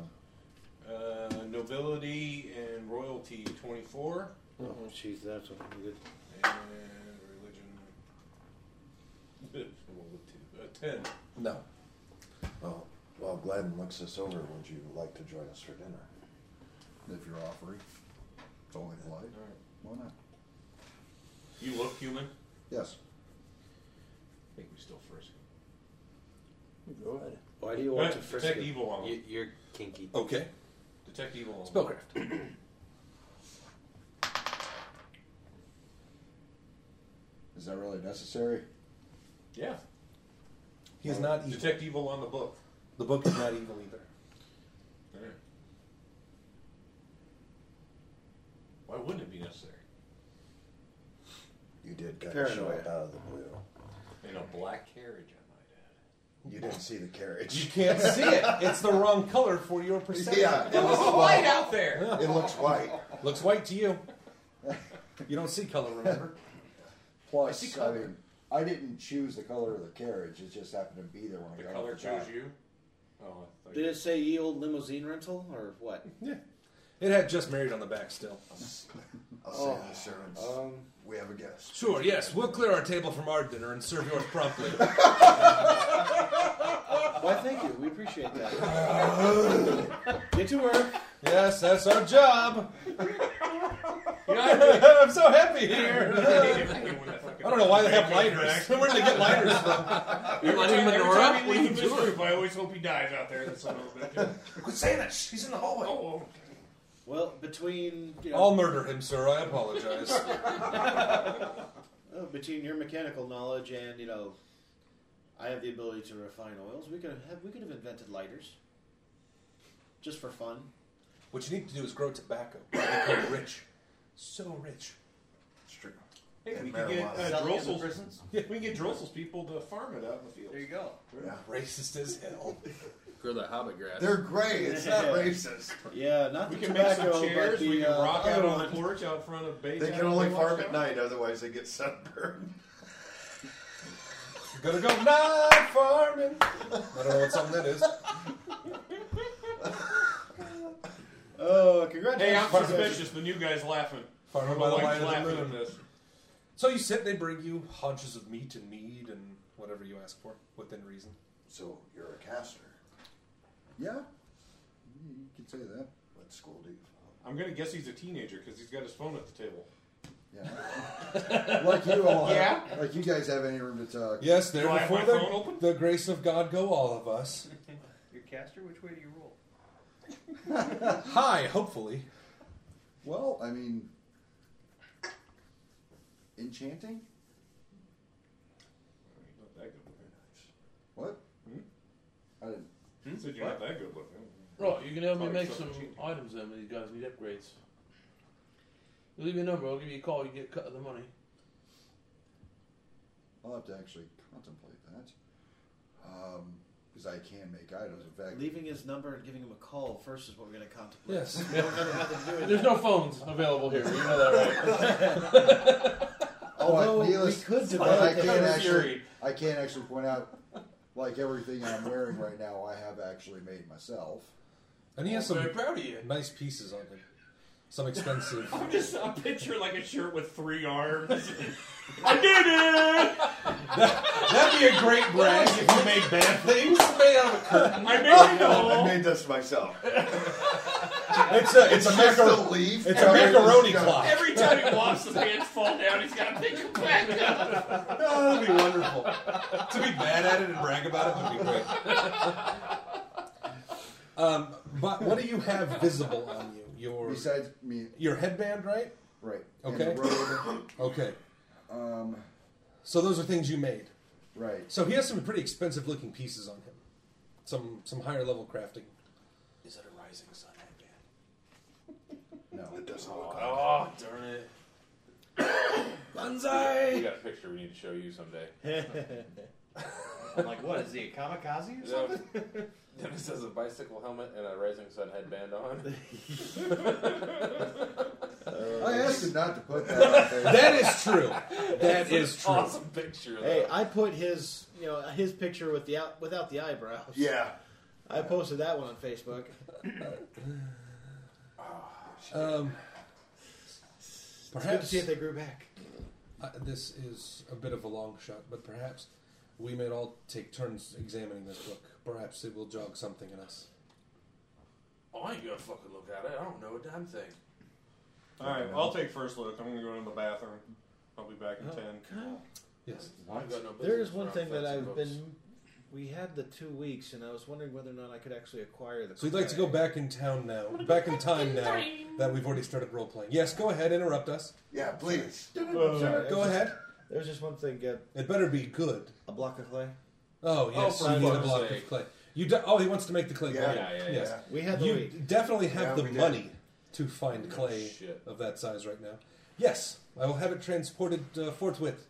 Speaker 8: Uh, nobility and royalty, 24.
Speaker 12: Oh, jeez, that's a good.
Speaker 8: And religion. Roll
Speaker 1: uh,
Speaker 8: a two- a 10.
Speaker 7: No.
Speaker 17: Well, while Gladden looks this over, would you like to join us for dinner?
Speaker 3: If you're offering, it's only polite. Why not?
Speaker 8: You look human?
Speaker 3: Yes.
Speaker 8: I think we still first.
Speaker 12: Go ahead. Why do you want
Speaker 8: Uh,
Speaker 12: to frisk
Speaker 8: detect
Speaker 12: it?
Speaker 8: evil on him.
Speaker 2: You're kinky.
Speaker 7: Okay.
Speaker 8: Detect evil on him.
Speaker 7: Spellcraft.
Speaker 3: Is that really necessary?
Speaker 8: Yeah.
Speaker 7: He is not evil.
Speaker 8: Detect evil on the book.
Speaker 7: The book is not evil either.
Speaker 8: Alright. Why wouldn't it be necessary?
Speaker 17: You did kind of show
Speaker 8: Paranoia.
Speaker 17: up out of the blue.
Speaker 8: In a black carriage, I
Speaker 17: You didn't see the carriage.
Speaker 7: You can't see it. It's the wrong color for your perception.
Speaker 17: Yeah, it looks
Speaker 8: white white. out there.
Speaker 7: Yeah.
Speaker 8: It looks white.
Speaker 7: Looks white to you. You don't see color, remember?
Speaker 3: Plus, I, mean, I didn't choose the color of the carriage. It just happened to be there when I
Speaker 8: might add. The
Speaker 3: got
Speaker 8: color
Speaker 3: off the dock.
Speaker 8: chose you? Oh, I thought
Speaker 12: Did it say ye old limousine rental or what?
Speaker 7: Yeah. It had just married on the back still.
Speaker 17: I'll
Speaker 12: Oh,
Speaker 17: save the servants.
Speaker 12: um,
Speaker 17: we have a guest.
Speaker 7: Sure, yes. We'll clear our table from our dinner and serve yours promptly.
Speaker 12: Why, thank you. We appreciate that. Get to work.
Speaker 7: Yes, that's our job.
Speaker 8: You know,
Speaker 7: I'm so happy here.
Speaker 8: I
Speaker 7: I don't know why they have lighters. Where do they get lighters from?
Speaker 8: Every
Speaker 7: You're
Speaker 8: time,
Speaker 7: lighting
Speaker 8: every
Speaker 7: menorah?
Speaker 8: time we
Speaker 7: What are
Speaker 8: leave
Speaker 7: you
Speaker 8: this
Speaker 7: doing?
Speaker 8: group, I always hope he dies out there. That's a little bit.
Speaker 7: Quit saying that. He's in the hallway.
Speaker 8: Oh,
Speaker 12: Well, between. You know,
Speaker 7: I'll murder him, sir. I apologize.
Speaker 12: Oh, between your mechanical knowledge and you know, I have the ability to refine oils. We could have we could have invented lighters, just for fun.
Speaker 7: what you need to do is grow tobacco. Become rich. So rich.
Speaker 17: It's true.
Speaker 8: Hey,
Speaker 17: And
Speaker 8: we can get
Speaker 17: marijuana.
Speaker 8: uh,
Speaker 17: Selling in the
Speaker 8: Drossel's.
Speaker 17: prisons?
Speaker 8: Yeah, we can get Drossel's people to farm it out in the field. There you go.
Speaker 7: Racist as hell.
Speaker 11: Grow that hobbit grass.
Speaker 3: They're gray. It's not
Speaker 12: Yeah.
Speaker 3: racist.
Speaker 12: Yeah, not
Speaker 8: We
Speaker 12: the
Speaker 8: can make
Speaker 12: tobacco,
Speaker 8: some chairs.
Speaker 12: but the
Speaker 8: we can
Speaker 12: uh,
Speaker 8: rock out
Speaker 12: other
Speaker 8: on the
Speaker 12: one.
Speaker 8: porch out front of base.
Speaker 17: They can only farm at night, otherwise they get sunburned.
Speaker 7: You're gonna go night farming. I don't know what song that is.
Speaker 12: Oh,
Speaker 8: Hey,
Speaker 12: congratulations!
Speaker 8: I'm suspicious. The new guy's laughing.
Speaker 7: Farmer
Speaker 8: I'm
Speaker 7: by the
Speaker 8: like
Speaker 7: light of the
Speaker 8: laughing
Speaker 7: moon.
Speaker 8: at this.
Speaker 7: So you sit. They bring you haunches of meat and mead and whatever you ask for, within reason.
Speaker 17: So you're a caster.
Speaker 3: Yeah, you can say that.
Speaker 17: What school do you follow?
Speaker 8: I'm gonna guess he's a teenager because he's got his phone at the table.
Speaker 3: Yeah. like you all. Have,
Speaker 8: Yeah.
Speaker 3: Like you guys have any room to talk?
Speaker 7: Yes, there
Speaker 8: Do I have
Speaker 7: before
Speaker 8: my phone
Speaker 7: the,
Speaker 8: open?
Speaker 7: the grace of God go all of us.
Speaker 2: Your caster, which way do you roll?
Speaker 7: Hi, hopefully.
Speaker 3: Well, I mean, enchanting.
Speaker 8: Not that good looking.
Speaker 3: What? I didn't.
Speaker 8: Said you're not that good looking.
Speaker 11: Right, you can help me
Speaker 8: Probably
Speaker 11: make some
Speaker 8: something cheating.
Speaker 11: items then when these guys need upgrades. You leave me a number, I'll give you a call, you get a cut of the money.
Speaker 3: I'll have to actually contemplate that. Um, because I can make items. In fact,
Speaker 12: Leaving his number and giving him a call first is what we're going to contemplate.
Speaker 7: Yes.
Speaker 12: we don't have nothing to do with
Speaker 11: There's
Speaker 12: that.
Speaker 11: no phones available here, you know that, right?
Speaker 12: Although
Speaker 3: But
Speaker 12: we
Speaker 3: needless-
Speaker 12: could
Speaker 3: but
Speaker 12: develop
Speaker 3: Oh, I can't
Speaker 12: those-
Speaker 3: actually. I can't actually point out, like everything I'm wearing right now, I have actually made myself.
Speaker 7: And he has
Speaker 11: I'm
Speaker 7: some
Speaker 11: very proud of you.
Speaker 7: nice pieces on him. Some expensive.
Speaker 8: I'm just I picture like a shirt with three arms. I did it.
Speaker 7: That'd be a great brag if you made bad things. made out of a curtain.
Speaker 8: I made it
Speaker 17: I
Speaker 8: all.
Speaker 17: made this myself.
Speaker 7: It's a it's, a,
Speaker 17: just
Speaker 7: macar-
Speaker 17: a leaf.
Speaker 7: it's a macaroni
Speaker 17: Yeah.
Speaker 7: clock.
Speaker 18: Every time he walks, the pants fall down. He's got to pick them back up.
Speaker 7: Oh, that'd be wonderful. to be bad at it and brag about it would be great. um, but what do you have visible on you? Your
Speaker 3: Besides me,
Speaker 7: your headband, right?
Speaker 3: right? and
Speaker 7: Okay.
Speaker 3: the robe,
Speaker 7: Okay.
Speaker 3: um,
Speaker 7: So those are things you made.
Speaker 3: Right.
Speaker 7: So he has some pretty expensive looking pieces on him. Some some higher level crafting.
Speaker 19: Is it a rising sun headband?
Speaker 3: No, it doesn't
Speaker 19: look Oh, darn it. Banzai!
Speaker 11: We got a picture we need to show you someday.
Speaker 2: I'm like, what is he a kamikaze or something?
Speaker 11: Dennis has a bicycle helmet and a Rising Sun headband on.
Speaker 3: I asked him not to put that out there.
Speaker 7: That is true.
Speaker 11: That's an Awesome picture. Though.
Speaker 12: Hey, I put his, you know, his picture with the out, without the eyebrows.
Speaker 3: Yeah.
Speaker 12: I posted that one on Facebook.
Speaker 7: Um,
Speaker 12: It's good to
Speaker 7: perhaps
Speaker 12: see if they grew back.
Speaker 7: uh, this is a bit of a long shot, but perhaps we may all take turns examining this book. Perhaps it will jog something in us.
Speaker 19: Oh, I ain't gonna fucking look at it. I don't know a damn thing.
Speaker 1: All right, I'll take first look. I'm gonna go to the bathroom. I'll be back in
Speaker 12: Oh,
Speaker 1: ten.
Speaker 12: God.
Speaker 7: Yes.
Speaker 11: I ain't got no
Speaker 12: There
Speaker 11: business
Speaker 12: is one
Speaker 11: around
Speaker 12: thing that
Speaker 11: fancy
Speaker 12: I've
Speaker 11: books.
Speaker 12: been. We had the two weeks, and I was wondering whether or not I could actually acquire the.
Speaker 7: So you'd like to go back in town now, back in time now that we've already started role playing. Yes, go ahead, interrupt us.
Speaker 3: Yeah, please.
Speaker 12: Sorry,
Speaker 7: Go ahead.
Speaker 12: There's just one thing. Get
Speaker 7: It better be good.
Speaker 12: a block of clay.
Speaker 7: Oh yes,
Speaker 11: for
Speaker 7: you need a
Speaker 11: fuck's
Speaker 7: block
Speaker 11: sake.
Speaker 7: of clay. You de- oh, he wants to make the clay.
Speaker 3: Yeah,
Speaker 7: ball.
Speaker 11: yeah, yeah,
Speaker 7: yes.
Speaker 11: yeah.
Speaker 12: We had the
Speaker 7: you
Speaker 12: week.
Speaker 7: definitely have
Speaker 3: Yeah,
Speaker 7: the
Speaker 3: we did.
Speaker 7: money to find clay
Speaker 11: shit.
Speaker 7: of that size right now. Yes, I will have it transported uh, forthwith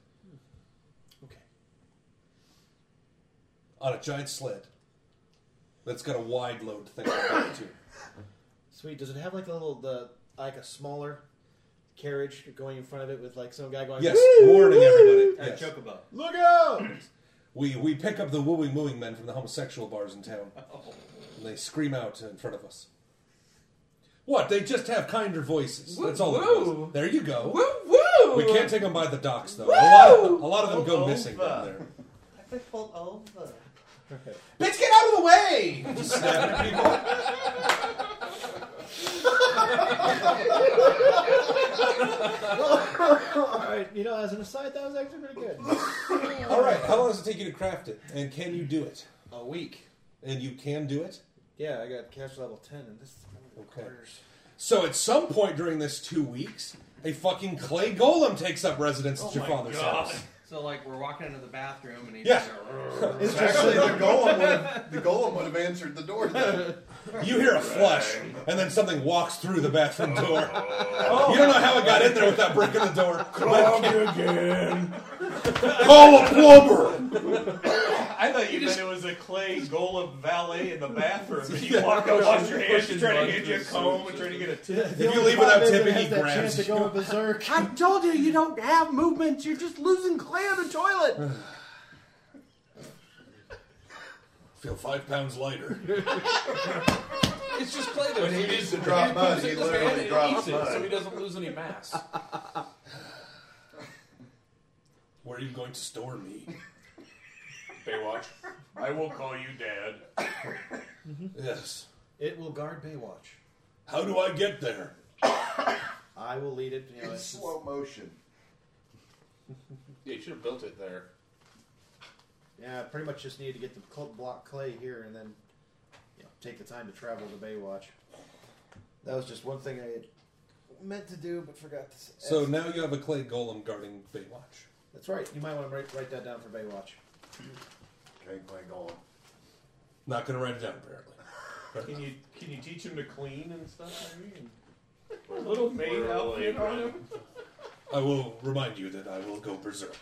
Speaker 12: Okay.
Speaker 7: on a giant sled. That's got a wide load thing on it too.
Speaker 12: Sweet. Does it have like a little the like a smaller carriage going in front of it with like some guy going?
Speaker 7: Yes,
Speaker 12: "Woo!"
Speaker 7: warning everybody.
Speaker 2: A
Speaker 7: Yes.
Speaker 2: chocobo.
Speaker 12: Look out!
Speaker 7: We we pick up the wooing wooing men from the homosexual bars in town. And they scream out in front of us. What? They just have kinder voices. That's all it
Speaker 19: woo.
Speaker 7: is. There you go.
Speaker 19: woo!
Speaker 7: We can't take them by the docks though. A lot of, a lot of them go
Speaker 2: Woo!
Speaker 7: missing down there.
Speaker 2: I pulled over.
Speaker 7: Bitch, get out of the way! Just snapping at people.
Speaker 12: All right. You know, as an aside, that was actually pretty good.
Speaker 7: All right. How long does it take you to craft it? And can you do it?
Speaker 12: a week.
Speaker 7: And you can do it.
Speaker 12: Yeah, I got cash level ten, and this.
Speaker 7: Okay.
Speaker 12: requires-
Speaker 7: So at some point during this two weeks, a fucking clay golem takes up residence at your father's house.
Speaker 2: So like we're walking into the bathroom and he's
Speaker 7: Yeah.
Speaker 2: like,
Speaker 3: It's actually the golem. Would have, the golem would have answered the door. Then.
Speaker 7: You hear a flush, and then something walks through the bathroom door. You don't know how it got in there without breaking the door. Clog again. Call a plumber.
Speaker 8: I thought you meant it was a clay golem valet in the bathroom. And you walk up, wash your hands, she's trying to get you a comb and trying to get a tip.
Speaker 12: The
Speaker 7: you
Speaker 12: only
Speaker 7: leave without
Speaker 12: problem is it
Speaker 7: tipping,
Speaker 12: has
Speaker 7: he
Speaker 12: that
Speaker 7: grabs
Speaker 12: chance to
Speaker 7: you.
Speaker 12: go berserk.
Speaker 2: I told you you don't have movement. You're just losing clay on the toilet.
Speaker 7: Feel five pounds lighter.
Speaker 19: It's just clay though.
Speaker 3: When he needs to
Speaker 19: He puts
Speaker 3: drop mud,
Speaker 19: it
Speaker 3: he
Speaker 19: in his
Speaker 3: literally
Speaker 19: hand and he
Speaker 3: drops
Speaker 19: eats it, so
Speaker 3: mud.
Speaker 19: he doesn't lose any mass.
Speaker 7: Where are you going to store me?
Speaker 1: Baywatch. I will call you dad.
Speaker 7: Yes.
Speaker 12: It will guard Baywatch.
Speaker 7: How do I get there?
Speaker 12: I will lead it. You know,
Speaker 3: In
Speaker 12: it's-
Speaker 3: slow motion.
Speaker 11: Yeah, you should have built it there.
Speaker 12: yeah, I pretty much just need to get the cl- block clay here and then you know, take the time to travel to Baywatch. That was just one thing I had meant to do but forgot to. s-
Speaker 7: So
Speaker 12: ask.
Speaker 7: now you have a clay golem guarding Baywatch.
Speaker 12: that's right. You might want to write, write that down for Baywatch.
Speaker 20: Okay, clay golem.
Speaker 7: Not going to write it down, apparently.
Speaker 1: Can you can you teach him to clean and stuff? A little maid outfit on him.
Speaker 7: I will remind you that I will go berserk.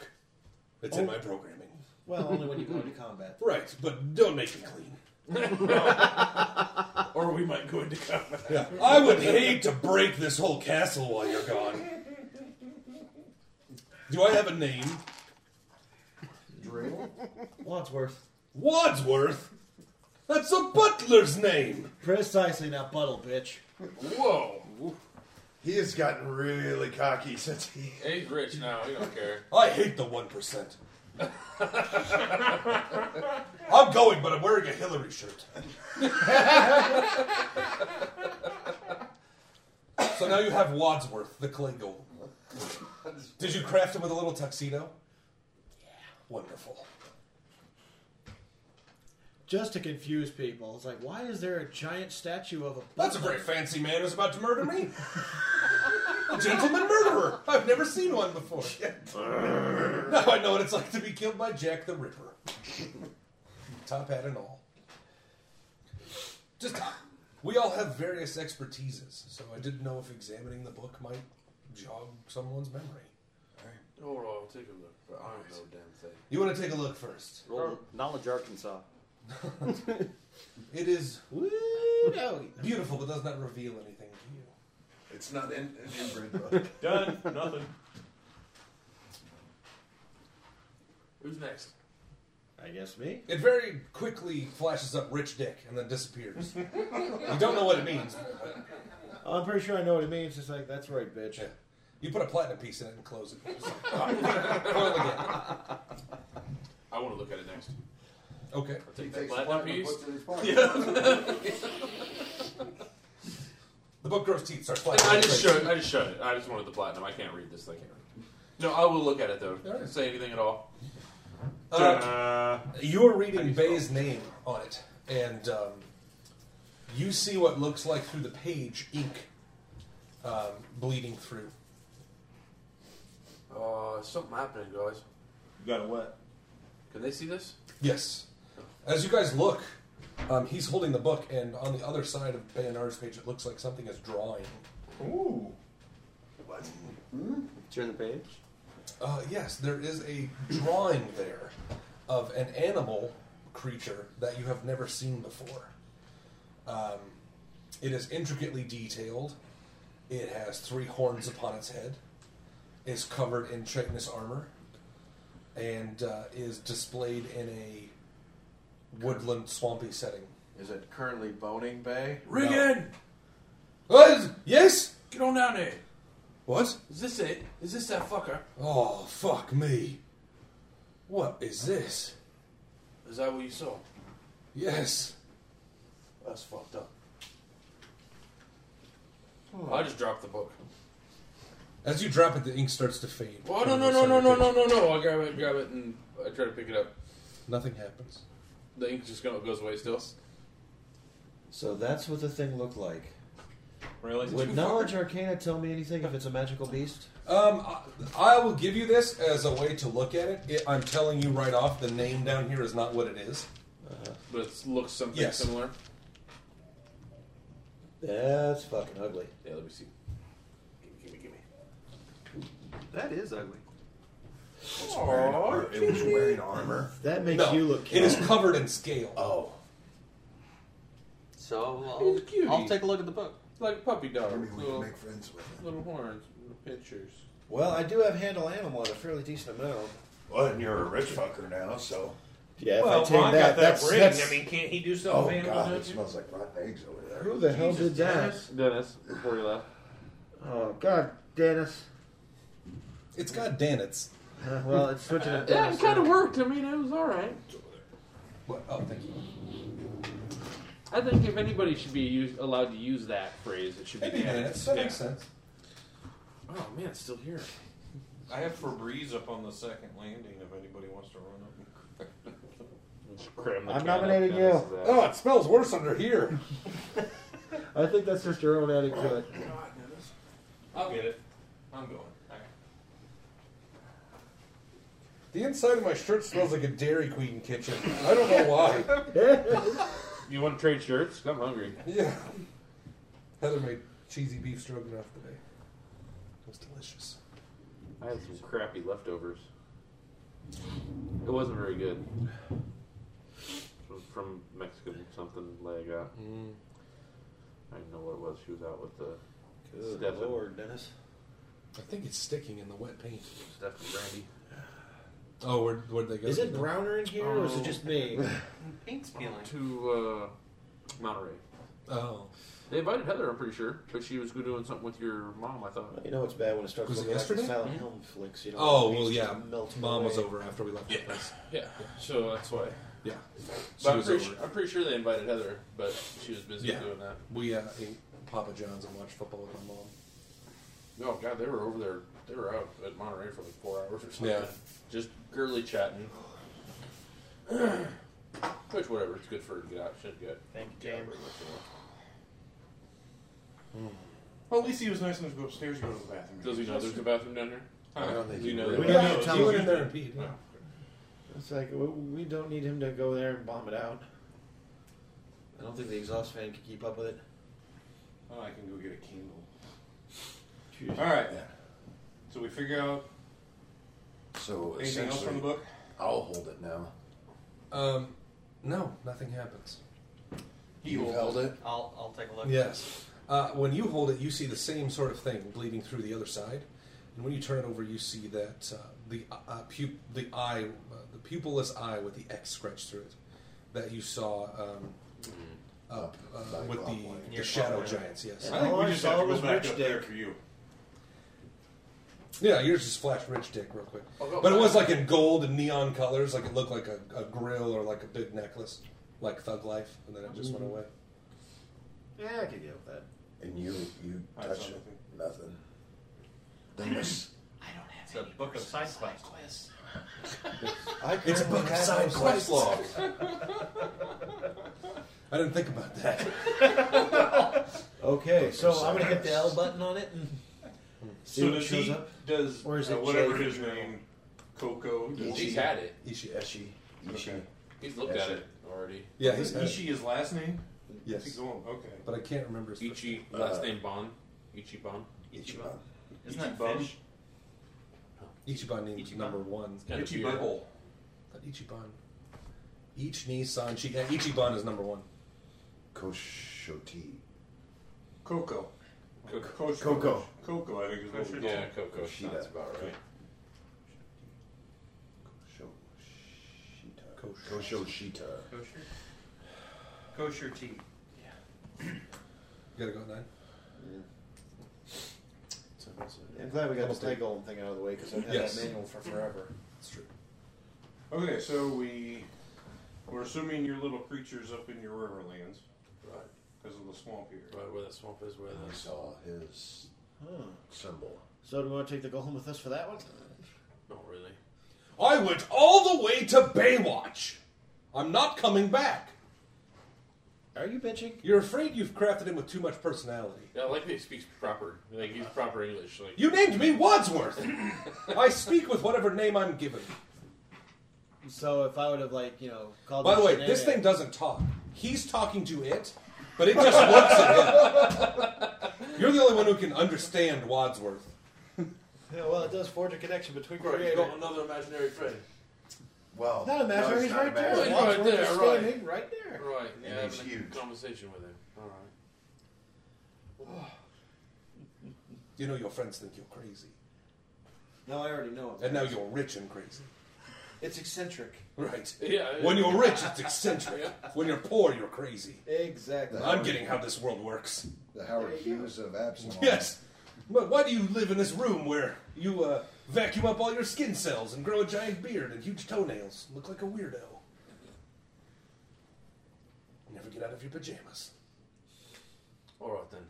Speaker 7: It's
Speaker 1: Oh.
Speaker 7: in my programming.
Speaker 12: Well, only when you go into combat.
Speaker 7: Right, but don't make me clean.
Speaker 1: Or we might go into combat.
Speaker 7: Yeah, I would hate to break this whole castle while you're gone. Do I have a name?
Speaker 3: Drill.
Speaker 12: Wadsworth.
Speaker 7: Wadsworth? That's a butler's name!
Speaker 12: Precisely now, Buttle, bitch.
Speaker 11: Whoa!
Speaker 20: He has gotten really cocky since he.
Speaker 11: He's rich now. He don't care.
Speaker 7: I hate the 1%. I'm going, but I'm wearing a Hillary shirt. so now you have Wadsworth, the clay golem. Did you craft him with a little tuxedo? Yeah. Wonderful.
Speaker 12: Just to confuse people, it's like, why is there a giant statue of a?
Speaker 7: That's a very fancy man who's about to murder me. Gentleman murderer. I've never seen one before. now I know what it's like to be killed by Jack the Ripper. Top hat and all. Just we all have various expertises, so I didn't know if examining the book might jog someone's memory.
Speaker 11: Or I'll take a look, but I don't know a damn thing.
Speaker 7: You want to take a look first?
Speaker 2: Roll knowledge Arkansas.
Speaker 7: It is beautiful, but does not reveal anything to you.
Speaker 21: It's not in, an inbred book.
Speaker 1: Done. Nothing.
Speaker 11: Who's next?
Speaker 7: I guess me. It very quickly flashes up Rich Dick and then disappears. you don't know what it means.
Speaker 12: I'm pretty sure I know what it means. It's like that's right, bitch.
Speaker 7: You put a platinum piece in it and close it.
Speaker 11: I want to look at it next.
Speaker 7: Okay.
Speaker 11: I'll take
Speaker 7: He
Speaker 11: that
Speaker 7: takes
Speaker 11: platinum
Speaker 7: the platinum,
Speaker 11: piece.
Speaker 7: puts it in his pocket. The book grows teeth. Starts flapping.
Speaker 11: I just showed. I just showed it. I just wanted the platinum. I can't read this thing. No, I will look at it though.
Speaker 7: All right.
Speaker 11: Say anything at all.
Speaker 7: Uh, you're reading Bay's name on it, and um, you see what looks like through the page ink um, bleeding through. uh,
Speaker 11: Oh, something happening, guys.
Speaker 7: You got a what?
Speaker 11: Can they see this?
Speaker 7: Yes. As you guys look, um, he's holding the book, and on the other side of Bayonar's page, it looks like something is drawing. Ooh. What?
Speaker 2: Hmm? Turn the page.
Speaker 7: Uh, yes, there is a drawing there of an animal creature that you have never seen before. Um, it is intricately detailed. It has three horns upon its head. Is covered in chitinous armor, and uh, is displayed in a woodland, swampy setting.
Speaker 21: Is it currently boning Bay?
Speaker 11: Regan!
Speaker 7: What? Oh, Yes?
Speaker 11: Get on down there.
Speaker 7: What?
Speaker 11: Is this it? Is this that fucker?
Speaker 7: Oh fuck me! What is this?
Speaker 11: Is that what you saw?
Speaker 7: Yes.
Speaker 11: That's fucked up. I just dropped the book.
Speaker 7: As you drop it, the ink starts to fade.
Speaker 11: Oh no no no no no no no no! I grab it, grab it, and I try to pick it up.
Speaker 7: Nothing happens.
Speaker 11: The ink just go- goes away still.
Speaker 12: So that's what the thing looked like.
Speaker 11: Really?
Speaker 12: Would knowledge arcana tell me anything if it's a magical beast?
Speaker 7: Um, I, I will give you this as a way to look at it. it. I'm telling you right off, the name down here is not what it is.
Speaker 11: But it looks something
Speaker 7: Yes.
Speaker 11: similar.
Speaker 12: That's fucking ugly.
Speaker 11: Yeah, let me see. Give me, give me.
Speaker 2: That is ugly.
Speaker 21: It's wearing ar- it was wearing armor.
Speaker 12: That makes
Speaker 7: No,
Speaker 12: you look.
Speaker 7: It is covered in scale.
Speaker 21: Oh.
Speaker 2: So I'll, I'll take a look at the book.
Speaker 11: It's like a puppy dog.
Speaker 21: Maybe we
Speaker 11: little,
Speaker 21: can make friends with it.
Speaker 11: little horns, little pictures.
Speaker 12: Well, I do have handle animal at a fairly decent amount.
Speaker 21: Well, and you're a rich fucker now, so.
Speaker 12: Yeah, if
Speaker 21: Well,
Speaker 12: I take
Speaker 21: I got
Speaker 12: that,
Speaker 21: that
Speaker 12: that's,
Speaker 21: ring.
Speaker 12: that's-
Speaker 21: I mean,
Speaker 11: can't he do
Speaker 21: Oh,
Speaker 11: something?
Speaker 21: God, it smells like rotten eggs over there.
Speaker 12: Who the hell
Speaker 11: Jesus,
Speaker 12: did that?
Speaker 11: Dennis. Dennis, before you left.
Speaker 12: Oh God, Dennis.
Speaker 7: It's got Danitz.
Speaker 12: Uh, well, it's switching to
Speaker 11: Yeah,
Speaker 12: Dennis.
Speaker 11: it kind of worked. I mean, it was all right.
Speaker 7: What? Oh, thank you.
Speaker 11: I think if anybody should be used, allowed to use that phrase, it should be
Speaker 7: Maybe
Speaker 11: Dan.
Speaker 7: Danitz. That makes sense.
Speaker 11: Oh man, it's still here.
Speaker 1: I have Febreze up on the second landing if anybody wants to run up and
Speaker 11: Cram
Speaker 12: I'm nominating you.
Speaker 7: Oh, it smells worse under here.
Speaker 12: I think that's just your own adding to it.
Speaker 7: Oh.
Speaker 1: I'll get it. I'm going.
Speaker 7: The inside of my shirt smells like a Dairy Queen kitchen. I don't know why.
Speaker 11: You want to trade shirts? I'm hungry.
Speaker 7: yeah. Heather made cheesy beef stroganoff today. It was delicious.
Speaker 11: I had some crappy leftovers. It wasn't very good. It was from Mexican something that I got. I didn't know what it was. She was out with the Stefan,
Speaker 12: Dennis.
Speaker 7: I think it's sticking in the wet paint.
Speaker 11: Stefan Brandy.
Speaker 7: Oh, where where'd they go?
Speaker 12: Is it browner in here, or is it just me?
Speaker 2: Paint's peeling.
Speaker 11: To uh, Monterey.
Speaker 7: Oh.
Speaker 11: They invited Heather, I'm pretty sure, but she was doing something with your mom. I thought.
Speaker 12: You know it's bad when it starts
Speaker 7: Was it
Speaker 12: looking like the
Speaker 7: yesterday?
Speaker 12: Silent Helm flicks. You know,
Speaker 7: Oh
Speaker 12: the
Speaker 7: well,
Speaker 12: paint's
Speaker 7: yeah.
Speaker 12: just melting
Speaker 7: Mom was
Speaker 12: away.
Speaker 7: over after we left. the place.
Speaker 11: Yeah, so that's why.
Speaker 7: Yeah. She
Speaker 11: But I'm
Speaker 7: was
Speaker 11: pretty,
Speaker 7: over.
Speaker 11: sure, I'm pretty sure they invited Heather, but she was busy
Speaker 7: Yeah.
Speaker 11: doing that.
Speaker 7: We uh, ate Papa John's and watched football with my mom.
Speaker 11: No, Oh, God, they were over there. They were out at Monterey for like four hours or something.
Speaker 7: Yeah.
Speaker 11: Just girly chatting. Which, whatever, it's good for her to get out. Should get.
Speaker 12: Thank you,
Speaker 11: get out
Speaker 12: James.
Speaker 11: pretty much anyway.
Speaker 1: Well, at least he was nice enough to go upstairs and go to the bathroom.
Speaker 11: Does he know there's a bathroom down there?
Speaker 1: I don't think
Speaker 11: Do you
Speaker 1: he
Speaker 11: know
Speaker 1: would. We
Speaker 11: that?
Speaker 1: don't need to
Speaker 11: No,
Speaker 1: tell
Speaker 11: you
Speaker 1: him. He
Speaker 11: wouldn't know.
Speaker 1: wouldn't impede, no.
Speaker 8: It's like we, we don't need him to go there and bomb it out.
Speaker 12: I don't think the exhaust fan can keep up with it.
Speaker 1: Oh, I can go get a candle. All right. So we figure out
Speaker 3: So
Speaker 1: anything else from the
Speaker 3: essentially,
Speaker 1: book.
Speaker 3: I'll hold it now.
Speaker 7: Um, no, nothing happens.
Speaker 3: You You've held it?
Speaker 2: I'll, I'll take a look.
Speaker 7: Yes. Uh, when you hold it, you see the same sort of thing bleeding through the other side, and when you turn it over, you see that uh, the uh, uh, pu- the eye, uh, the pupilless eye with the X scratched through it, that you saw um,
Speaker 12: Mm.
Speaker 7: up uh, with the, the shadow giants. Yes.
Speaker 1: I think we just have to go back up there for you.
Speaker 7: Yeah, yours just flashed Rich Dick real quick,
Speaker 1: I'll go
Speaker 7: but it
Speaker 1: back.
Speaker 7: was like in gold and neon colors, like it looked like a, a grill or like a big necklace, like Thug Life, and then it just
Speaker 11: Mm-hmm.
Speaker 7: went away.
Speaker 12: Yeah, I could deal with that.
Speaker 3: And you you
Speaker 12: I saw
Speaker 3: touch it. Nothing. Then this
Speaker 2: It's a book of side quests.
Speaker 3: It's a book of side quests.
Speaker 7: I didn't think about that.
Speaker 8: Okay, so
Speaker 12: Focus
Speaker 8: I'm gonna
Speaker 12: on
Speaker 8: hit the
Speaker 12: us.
Speaker 8: L button on it and see
Speaker 1: So
Speaker 8: what
Speaker 1: does
Speaker 8: shows
Speaker 1: he?
Speaker 8: up.
Speaker 1: Does
Speaker 8: or is
Speaker 1: uh,
Speaker 8: it
Speaker 1: whatever
Speaker 8: Jay?
Speaker 1: his name? Coco. does-
Speaker 11: He's had it.
Speaker 7: Ishi.
Speaker 3: Eshi. Ishi.
Speaker 1: Okay.
Speaker 11: He's looked at it already.
Speaker 7: Yeah, he's
Speaker 1: Isn't
Speaker 7: had it.
Speaker 1: Ishii his last name?
Speaker 7: Yes.
Speaker 1: He's going, okay.
Speaker 7: But I can't remember his
Speaker 11: Ichi, last
Speaker 7: Uh,
Speaker 11: name Bon. Ichiban.
Speaker 3: Ichiban.
Speaker 2: Isn't that
Speaker 1: Ichiban?
Speaker 2: fish?
Speaker 7: Ichiban named number one.
Speaker 11: got a Ichiban. beard.
Speaker 7: Hole. But Ichiban. Each Nissan. She, yeah, Ichiban is number one.
Speaker 3: Koshoti.
Speaker 1: Coco. Co- Coach-
Speaker 3: Coco.
Speaker 1: Coco, I think is what we call
Speaker 11: Yeah,
Speaker 1: him.
Speaker 11: Coco.
Speaker 3: Shida.
Speaker 11: That's about right.
Speaker 3: Koshoshita. Koshoshita.
Speaker 2: Kosher? Kosher tea.
Speaker 7: You gotta go at nine?
Speaker 12: I'm glad we got this
Speaker 7: Double
Speaker 12: leg golem thing out of the way because I've had
Speaker 7: Yes.
Speaker 12: that manual for forever.
Speaker 7: That's true.
Speaker 1: Okay, so we we're assuming your little creatures up in your riverlands
Speaker 3: Right.
Speaker 1: because of the swamp here.
Speaker 11: Right where that swamp is, where
Speaker 3: I
Speaker 11: the
Speaker 3: saw his
Speaker 12: Huh.
Speaker 3: symbol.
Speaker 12: So do we want to take the golem with us for that one?
Speaker 11: Not really.
Speaker 7: I went all the way to Baywatch. I'm not coming back.
Speaker 12: Are you bitching?
Speaker 7: You're afraid you've crafted him with too much personality.
Speaker 11: Yeah, I like that he speaks proper. Like he's proper English. Like
Speaker 7: You named me Wadsworth. I speak with whatever name I'm given.
Speaker 12: So if I would have like you know called.
Speaker 7: By the
Speaker 12: him
Speaker 7: way, this
Speaker 12: Shanae-
Speaker 7: thing doesn't talk. He's talking to it, but it just looks at him. You're the only one who can understand Wadsworth.
Speaker 12: Yeah, well, it does forge a connection between
Speaker 11: Bro, you
Speaker 12: creator.
Speaker 11: got another imaginary friend.
Speaker 3: Well,
Speaker 12: Not imaginary,
Speaker 3: no, it's
Speaker 12: he's
Speaker 3: not
Speaker 12: right there.
Speaker 3: imaginary.
Speaker 12: Watch,
Speaker 11: Right
Speaker 12: we're
Speaker 11: there,
Speaker 12: just
Speaker 11: right.
Speaker 12: standing right there.
Speaker 11: Right.
Speaker 3: And
Speaker 11: Yeah,
Speaker 3: he's
Speaker 11: having a
Speaker 3: huge.
Speaker 11: conversation with him. All right.
Speaker 7: You know your friends think you're crazy.
Speaker 12: No, I already know. it.
Speaker 7: And now you're rich and crazy.
Speaker 12: It's eccentric.
Speaker 7: Right.
Speaker 11: Yeah.
Speaker 7: When you're rich, it's eccentric.
Speaker 11: Yeah.
Speaker 7: When you're poor, you're crazy.
Speaker 12: Exactly.
Speaker 7: I'm getting how this world works.
Speaker 22: The Howard
Speaker 12: There you go.
Speaker 22: Hughes of Absalom.
Speaker 7: Yes. But why do you live in this room where you uh, vacuum up all your skin cells and grow a giant beard and huge toenails and look like a weirdo? Never get out of your pajamas.
Speaker 11: All right then.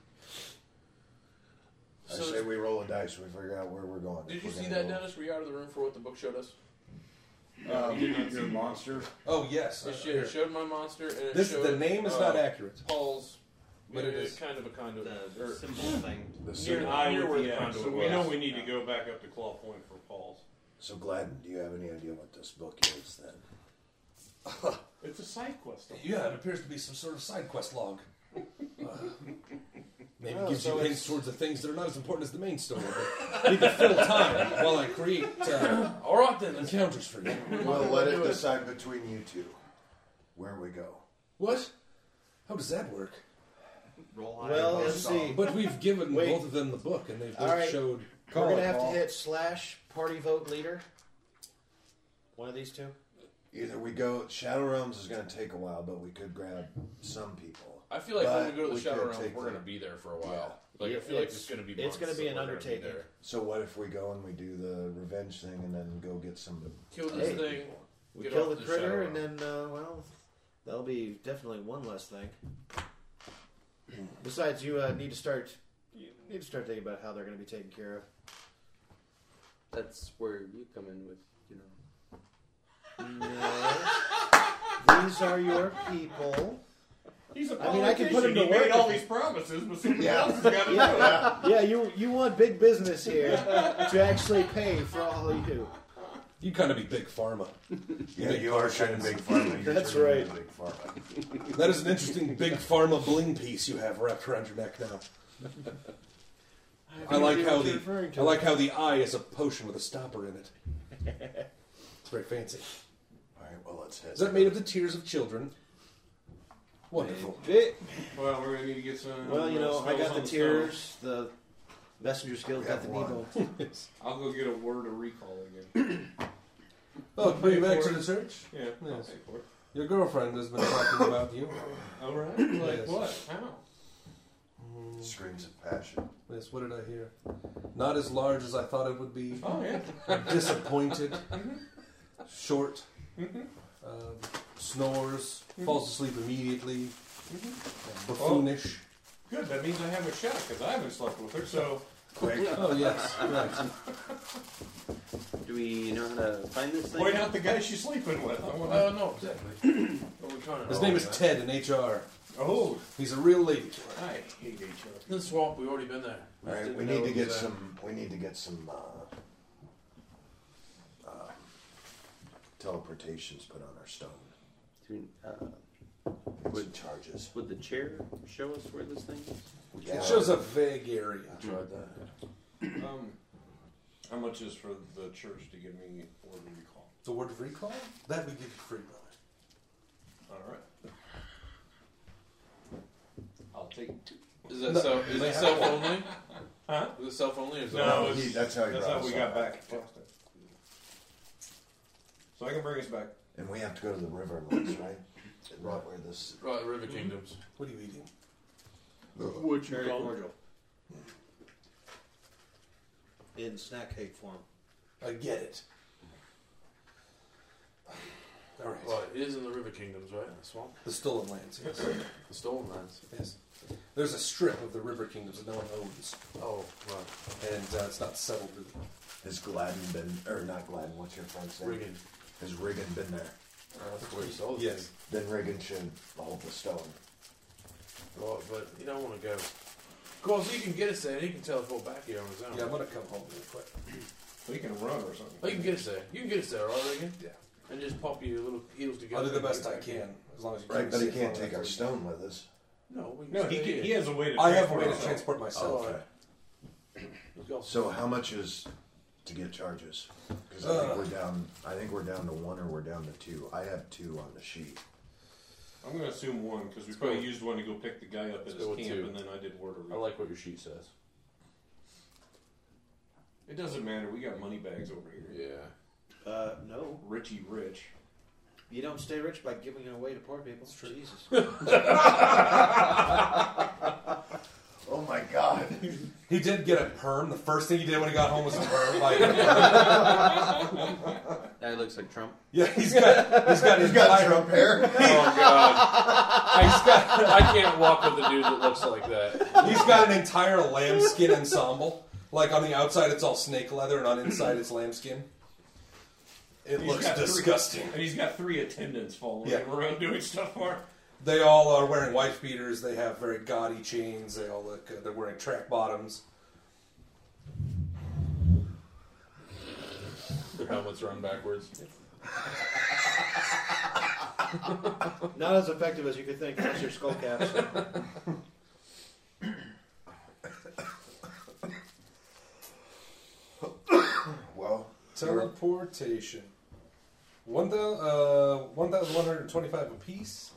Speaker 3: I
Speaker 11: So
Speaker 3: say
Speaker 11: it's-
Speaker 3: we roll a dice. We figure out where we're going.
Speaker 11: Did
Speaker 3: If
Speaker 11: you
Speaker 3: we're
Speaker 11: see
Speaker 3: gonna
Speaker 11: that,
Speaker 3: go-
Speaker 11: Dennis? Were you out of the room for what the book showed us?
Speaker 22: Um, your monster.
Speaker 7: Oh, yes.
Speaker 11: It
Speaker 7: Uh,
Speaker 11: showed,
Speaker 7: here.
Speaker 11: it showed my monster, and it
Speaker 7: This-
Speaker 11: showed,
Speaker 7: the name is not
Speaker 11: uh,
Speaker 7: accurate.
Speaker 11: Paul's,
Speaker 7: But it
Speaker 11: uh,
Speaker 7: is.
Speaker 11: kind of a kind of
Speaker 2: The
Speaker 11: or
Speaker 2: symbol thing.
Speaker 3: The
Speaker 11: near,
Speaker 3: symbol.
Speaker 1: Eye
Speaker 11: near
Speaker 1: with
Speaker 11: where
Speaker 1: the
Speaker 11: the
Speaker 1: axe.
Speaker 11: conduit
Speaker 1: So we
Speaker 11: was.
Speaker 1: know we need to go back up to Claw Point for Paul's.
Speaker 3: So Gladden, do you have any idea what this book is? Then
Speaker 1: It's a side quest.
Speaker 7: Yeah, it appears to be some sort of side quest log. Uh, maybe
Speaker 12: Oh,
Speaker 7: gives
Speaker 12: so
Speaker 7: you
Speaker 12: it's-
Speaker 7: hints towards the things that are not as important as the main story. But you can fill time while I create uh,
Speaker 11: All right then. let's-
Speaker 7: encounters for you.
Speaker 3: we'll let it decide between you two where we go.
Speaker 7: What? How does that work?
Speaker 2: Roll high.
Speaker 12: Well,
Speaker 2: roll
Speaker 12: let's
Speaker 2: low.
Speaker 12: see.
Speaker 7: But we've given
Speaker 12: Wait.
Speaker 7: both of them the book, and they've both
Speaker 12: All right.
Speaker 7: showed.
Speaker 12: We're
Speaker 3: Call it,
Speaker 12: gonna have to
Speaker 3: Paul.
Speaker 12: hit slash party vote leader. One of these two.
Speaker 3: Either we go Shadow Realms is going to take a while, but we could grab some people.
Speaker 11: I feel like when
Speaker 3: But
Speaker 11: we go to the
Speaker 3: we
Speaker 11: Shadow
Speaker 3: could
Speaker 11: Realm,
Speaker 3: take
Speaker 11: we're
Speaker 3: the-
Speaker 11: gonna be there for a while. Like I
Speaker 12: Yeah,
Speaker 11: feel like
Speaker 12: it's-
Speaker 11: it's gonna be.
Speaker 12: it's
Speaker 11: months
Speaker 12: gonna be
Speaker 11: that
Speaker 12: an
Speaker 11: we're gonna
Speaker 12: undertaking.
Speaker 11: there.
Speaker 3: So what if we go and we do the revenge thing and then go get some?
Speaker 11: Kill this
Speaker 12: Hey.
Speaker 11: thing.
Speaker 12: We
Speaker 11: get
Speaker 12: kill
Speaker 11: off
Speaker 12: the critter,
Speaker 11: Shadow
Speaker 12: and
Speaker 11: Realm.
Speaker 12: then uh, well, that'll be definitely one less thing. Besides, you uh, need to start. You need to start thinking about how they're going to be taken care of.
Speaker 2: That's where you come in with, you know.
Speaker 12: No. These are your people.
Speaker 23: He's a
Speaker 12: I mean, I can put him
Speaker 23: politician. He
Speaker 12: to work
Speaker 23: made all
Speaker 12: if-
Speaker 23: these promises, but somebody
Speaker 12: Yeah.
Speaker 23: else has got to do
Speaker 12: yeah. yeah, you you want big business here to actually pay for all you do.
Speaker 7: You kind of be big pharma.
Speaker 3: Yeah, you are kind of big pharma. You're
Speaker 7: That's
Speaker 3: turning
Speaker 7: right.
Speaker 3: into Big pharma.
Speaker 7: That is an interesting big pharma bling piece you have wrapped around your neck now. I
Speaker 3: no
Speaker 7: like
Speaker 3: idea
Speaker 7: how
Speaker 3: what you're
Speaker 7: the
Speaker 3: referring to.
Speaker 7: I like how the eye is a potion with a stopper in it. It's very fancy.
Speaker 3: All right, well let's head.
Speaker 7: Is that made of the tears of children? Wonderful.
Speaker 12: Bit.
Speaker 8: Well, we're gonna need to get some.
Speaker 12: Well, you
Speaker 8: uh,
Speaker 12: know, I
Speaker 8: spells
Speaker 12: got
Speaker 8: on
Speaker 12: the tears, the messenger's guild got the
Speaker 8: We have
Speaker 12: Nebo.
Speaker 8: stone. I'll go get a word of recall again.
Speaker 7: Oh, bring you back
Speaker 8: for
Speaker 7: to
Speaker 8: it.
Speaker 7: the church?
Speaker 8: Yeah, I'll
Speaker 7: Yes.
Speaker 8: pay for it.
Speaker 7: Your girlfriend has been talking about you.
Speaker 8: All right. Like
Speaker 7: Yes.
Speaker 8: what? How?
Speaker 3: Screams of passion.
Speaker 7: Yes, what did I hear? Not as large as I thought it would be.
Speaker 8: Oh, yeah.
Speaker 7: Disappointed. Short.
Speaker 8: Mhm.
Speaker 7: Um, snores.
Speaker 8: Mhm.
Speaker 7: Falls asleep immediately. Mm-hmm.
Speaker 8: Mhm.
Speaker 7: Buffoonish.
Speaker 8: Good. That means I have a shot because I haven't slept with her. So
Speaker 7: Oh, yes. Right.
Speaker 2: Do we know how to find this thing?
Speaker 8: Point out the guy she's sleeping with. I wanna-
Speaker 2: Uh, no,
Speaker 8: exactly. What we're trying to-
Speaker 7: His name is Ted in HR.
Speaker 8: Oh.
Speaker 7: He's a real lady.
Speaker 8: I hate each other. In the swamp, we've already been there.
Speaker 3: All right, we need to get some. We need to get some uh, uh, teleportations put on our stone.
Speaker 2: Do we, uh,
Speaker 3: Get some charges.
Speaker 2: Would the chair show us where this thing is?
Speaker 3: Yeah.
Speaker 7: It shows a vague area.
Speaker 8: Tried that. Um, how much is for the church to give me word of recall?
Speaker 7: The word of recall? That we give you free, brother.
Speaker 8: All right. I'll take two.
Speaker 11: Is that self? Is it self only?
Speaker 8: Huh?
Speaker 11: Is it self only? Or is it
Speaker 8: No,
Speaker 11: all-
Speaker 8: it's-
Speaker 3: that's how he
Speaker 8: that's
Speaker 3: brought
Speaker 8: how
Speaker 3: us
Speaker 8: we
Speaker 3: up.
Speaker 8: got back. So I can bring us back.
Speaker 3: And we have to go to the river lakes, right? Right where this.
Speaker 11: Right, River Kingdoms.
Speaker 7: What are you eating?
Speaker 11: Would
Speaker 23: Very cordial.
Speaker 24: in snack cake form.
Speaker 7: I get it. All right.
Speaker 11: Well, it is in the River Kingdoms, right? The swamp.
Speaker 7: The stolen lands, yes.
Speaker 11: The stolen lands.
Speaker 7: Yes. There's a strip of the River Kingdoms that no one owns.
Speaker 11: Oh, right.
Speaker 7: And uh, it's not settled really.
Speaker 3: Has Gladden been, or not Gladden? What's your friend's name?
Speaker 11: Riggin.
Speaker 3: Has Riggin been there?
Speaker 8: Uh,
Speaker 11: That's where he sold it.
Speaker 7: Yes.
Speaker 3: Then Riggin should hold the stone.
Speaker 11: Well, but you don't want to go. Cause he can get us there. and He can teleport back here on his own.
Speaker 7: Yeah, I'm gonna come home real quick.
Speaker 8: We can run or something.
Speaker 11: He can get us there. Oh, You can get us there, right, Regan?
Speaker 7: Yeah.
Speaker 11: And just pop your little heels together.
Speaker 7: I'll do the
Speaker 11: and
Speaker 7: best
Speaker 11: get
Speaker 7: I
Speaker 11: back in.
Speaker 7: can, as long as you
Speaker 3: Right,
Speaker 7: keep
Speaker 3: but he
Speaker 7: safe
Speaker 3: can't
Speaker 7: on
Speaker 3: take
Speaker 7: that.
Speaker 3: our stone with us.
Speaker 11: No, we can
Speaker 8: No,
Speaker 11: stay
Speaker 8: he,
Speaker 11: here.
Speaker 8: can, he has a way to.
Speaker 7: I have a
Speaker 8: transport
Speaker 7: way to
Speaker 8: himself.
Speaker 7: transport myself.
Speaker 11: Oh, Let's go.
Speaker 3: So how much is to get charges? Because I think we're down. I think we're down to one, or we're down to two. I have two on the sheet.
Speaker 8: I'm going to assume one because we probably used one to go pick the guy up at his
Speaker 11: go
Speaker 8: camp,
Speaker 11: with two.
Speaker 8: and then I did word of
Speaker 11: I
Speaker 8: recall.
Speaker 11: like what your sheet says.
Speaker 8: It doesn't matter. We got money bags over here.
Speaker 11: Yeah.
Speaker 24: Uh, no,
Speaker 8: Richie Rich.
Speaker 24: you don't stay rich by giving it away to poor people. Jesus.
Speaker 3: Oh my God!
Speaker 7: He did get a perm. The first thing he did when he got home was a perm. Like,
Speaker 2: That looks like Trump.
Speaker 7: yeah, he's got he's got his
Speaker 3: He's got
Speaker 7: entire-
Speaker 3: Trump hair.
Speaker 11: Oh god. I, just got, I can't walk with a dude that looks like that.
Speaker 7: He's got an entire lambskin ensemble. Like on the outside, it's all snake leather, and on inside, it's lambskin. It
Speaker 8: He's
Speaker 7: looks
Speaker 8: got three-
Speaker 7: disgusting.
Speaker 8: and he's got three attendants following
Speaker 7: Yeah.
Speaker 8: him around doing stuff for him.
Speaker 7: They all are wearing wife beaters. They have very gaudy chains. They all look. Uh, they're wearing track bottoms.
Speaker 11: Their helmets run backwards.
Speaker 24: Not as effective as you could think. That's your skull caps.
Speaker 3: Well,
Speaker 7: Teleportation. One thousand uh, one thousand one hundred twenty-five apiece.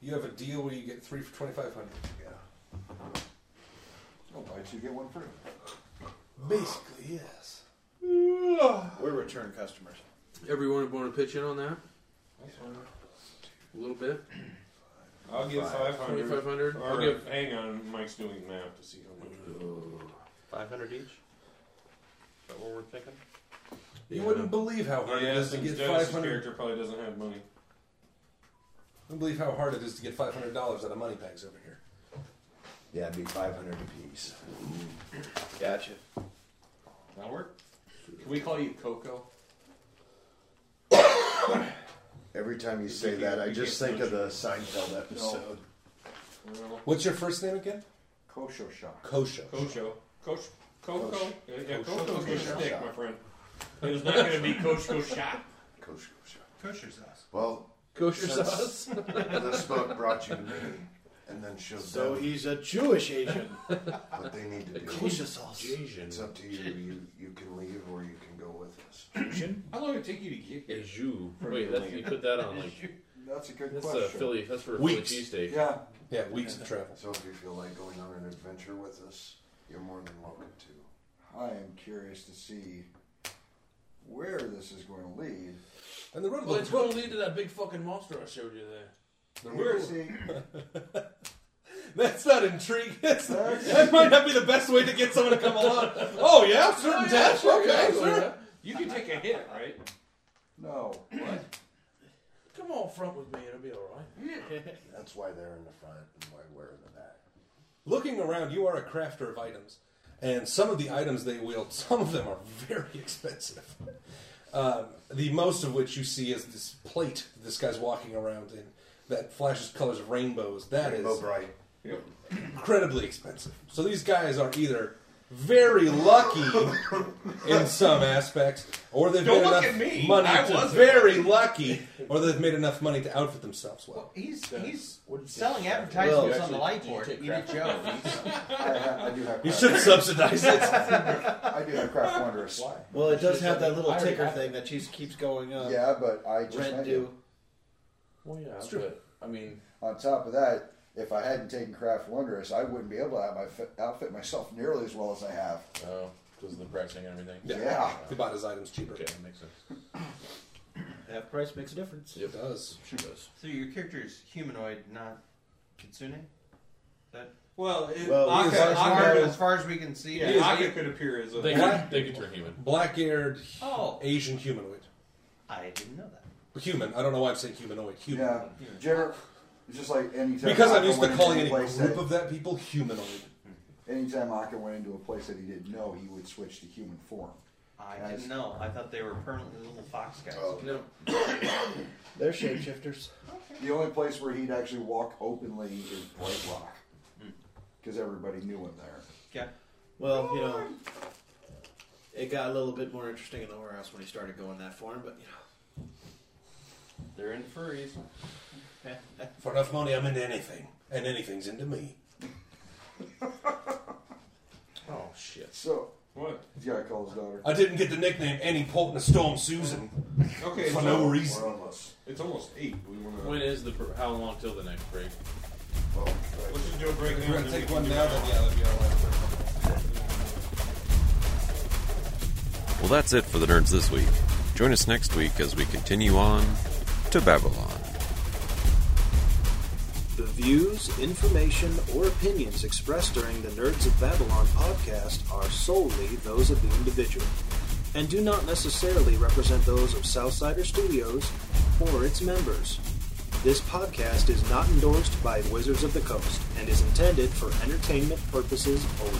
Speaker 7: You have a deal where you get three for twenty-five hundred.
Speaker 3: yeah.
Speaker 8: Oh,
Speaker 3: Buy two, get one free.
Speaker 7: Basically, yes.
Speaker 24: We're return customers.
Speaker 11: Everyone want to pitch in on that? A little bit.
Speaker 8: I'll give
Speaker 3: Five.
Speaker 8: 500.
Speaker 11: 2,500?
Speaker 8: Or,
Speaker 11: I'll give-
Speaker 8: Hang on, Mike's doing math to see how much. it is.
Speaker 2: 500 each? Is that what we're thinking?
Speaker 7: You
Speaker 11: Yeah.
Speaker 7: wouldn't believe how hard
Speaker 8: Yeah,
Speaker 7: it is to
Speaker 8: since
Speaker 7: get
Speaker 8: Dennis's
Speaker 7: five hundred.
Speaker 8: character probably doesn't have money.
Speaker 7: Wouldn't believe how hard it is to get five hundred dollars out of money bags over here.
Speaker 3: Yeah, it'd be five hundred apiece.
Speaker 24: Gotcha.
Speaker 8: That'll work. Can we call you Coco?
Speaker 3: Every time you say
Speaker 8: You-
Speaker 3: that, I
Speaker 8: you
Speaker 3: just
Speaker 8: can't
Speaker 3: think of the Seinfeld episode.
Speaker 7: What's your first name again?
Speaker 3: Kosho Shock.
Speaker 7: Kosho.
Speaker 25: Kosho. Coach Coco.
Speaker 3: Kosh.
Speaker 25: Yeah, yeah,
Speaker 3: Kosh.
Speaker 25: Coco's
Speaker 3: Kosh.
Speaker 25: your stick,
Speaker 3: Kosh.
Speaker 25: my friend. It is not going to be Coach Kosha.
Speaker 26: Kosher sauce.
Speaker 27: Kosher sauce.
Speaker 26: Well,
Speaker 27: Kosher
Speaker 26: since
Speaker 27: sauce.
Speaker 26: the smoke brought you to me, and then showed
Speaker 11: So
Speaker 26: them,
Speaker 11: he's a Jewish Asian.
Speaker 26: But they need to do
Speaker 11: Kosher sauce.
Speaker 26: It's up to you. You you can leave or you can go with us.
Speaker 25: How long did it take you to get here?
Speaker 28: Jus. Wait, that's, you put that on like.
Speaker 3: That's a good
Speaker 28: That's
Speaker 3: question.
Speaker 28: a Philly. That's for a
Speaker 26: Weeks.
Speaker 28: Philly cheesesteak.
Speaker 3: Yeah.
Speaker 7: Yeah, weeks of travel.
Speaker 26: So if you feel like going on an adventure with us, you're more than welcome to.
Speaker 3: I am curious to see where this is going to lead.
Speaker 7: And the road
Speaker 27: Well, it's going to lead to that big fucking monster I showed you there.
Speaker 3: The
Speaker 7: road-
Speaker 3: See,
Speaker 7: That's not intriguing. That's- that might not be the best way to get someone to come along. Oh yeah, certain
Speaker 25: Oh, yeah,
Speaker 7: test.
Speaker 25: sure,
Speaker 7: Okay,
Speaker 25: yeah,
Speaker 7: sure.
Speaker 25: yeah. You can take a hit, right?
Speaker 3: no. What?
Speaker 27: Come on front with me, it'll be alright.
Speaker 26: That's why they're in the front and why we're in the back.
Speaker 7: Looking around, you are a crafter of items, and some of the items they wield, some of them are very expensive. Um, the most of which you see is this plate that this guy's walking around in that flashes colors of rainbows. That is
Speaker 26: Rainbow
Speaker 3: Oh,
Speaker 26: bright.
Speaker 7: incredibly expensive. So these guys are either very lucky in some aspects, or they've
Speaker 25: Don't
Speaker 7: made
Speaker 25: look
Speaker 7: enough
Speaker 25: at me.
Speaker 7: money
Speaker 25: I
Speaker 7: to
Speaker 25: wasn't.
Speaker 7: very lucky, or they've made enough money to outfit themselves well.
Speaker 2: He's he's selling advertisements on the light board at Edith Jones.
Speaker 3: I, ha- I do have.
Speaker 7: You
Speaker 3: craft-
Speaker 7: should subsidize it.
Speaker 3: I do have craft wondrous.
Speaker 12: Well, it does have that little
Speaker 3: I already
Speaker 12: ticker
Speaker 3: have
Speaker 12: thing that she keeps going
Speaker 7: Uh,
Speaker 12: up.
Speaker 3: Yeah, but I just
Speaker 12: Rent
Speaker 3: met
Speaker 12: due.
Speaker 3: you.
Speaker 27: Well, yeah,
Speaker 7: true.
Speaker 27: but, I mean,
Speaker 3: On top of that, if I hadn't taken craft wondrous, I wouldn't be able to have my fit, outfit myself nearly as well as I have.
Speaker 27: oh, because of the pricing and everything.
Speaker 7: Yeah.
Speaker 3: Yeah.
Speaker 7: They bought his items cheaper.
Speaker 27: Okay, that makes sense.
Speaker 12: Half price makes a difference.
Speaker 7: It does.
Speaker 27: She does.
Speaker 2: So your character is humanoid, not kitsune. That
Speaker 25: Well, it,
Speaker 12: Well,
Speaker 25: Aka,
Speaker 2: as, far,
Speaker 25: Aka,
Speaker 2: as far as we can see.
Speaker 25: yeah,
Speaker 7: He is-
Speaker 25: Aka could appear as a.
Speaker 29: They could, they could turn human.
Speaker 7: Black-haired
Speaker 2: Oh.
Speaker 7: Asian humanoid.
Speaker 2: I didn't know that.
Speaker 7: Human. I don't know why I'm saying humanoid. Human.
Speaker 3: Yeah. Gener- just like anytime.
Speaker 7: Because I'm
Speaker 3: Aka
Speaker 7: used to
Speaker 3: went into
Speaker 7: calling
Speaker 3: a
Speaker 7: any
Speaker 3: place
Speaker 7: group
Speaker 3: that-
Speaker 7: of that people humanoid.
Speaker 3: Anytime Aka went into a place that he didn't know, he would switch to human form.
Speaker 2: I didn't know.
Speaker 7: uh,
Speaker 2: I thought they were permanently little fox guys.
Speaker 7: oh.
Speaker 12: No. They're shapeshifters.
Speaker 3: The only place where he'd actually walk openly is Bright Rock, because everybody knew him there.
Speaker 2: Yeah.
Speaker 12: Well, you know, it got a little bit more interesting in the warehouse when he started going that form, but you know,
Speaker 2: They're into furries.
Speaker 7: For enough money, I'm into anything. And anything's into me. oh, shit.
Speaker 3: So
Speaker 25: What?
Speaker 3: he's got to call his daughter.
Speaker 7: I didn't get the nickname Any Port in a Storm Susan
Speaker 25: Okay, so
Speaker 7: for no
Speaker 26: We're
Speaker 7: reason.
Speaker 26: almost.
Speaker 25: it's almost eight. We want to.
Speaker 29: When is the br- how long till the next break?
Speaker 26: Well,
Speaker 25: Let's just do a break.
Speaker 7: We're going to take one now, then yeah, that'd be all right.
Speaker 30: Well, that's it for the nerds this week. Join us next week as we continue on to Babylon.
Speaker 11: The views, information, or opinions expressed during the Nerds of Babylon podcast are solely those of the individual and do not necessarily represent those of Southsider Studios or its members. This podcast is not endorsed by Wizards of the Coast and is intended for entertainment purposes only.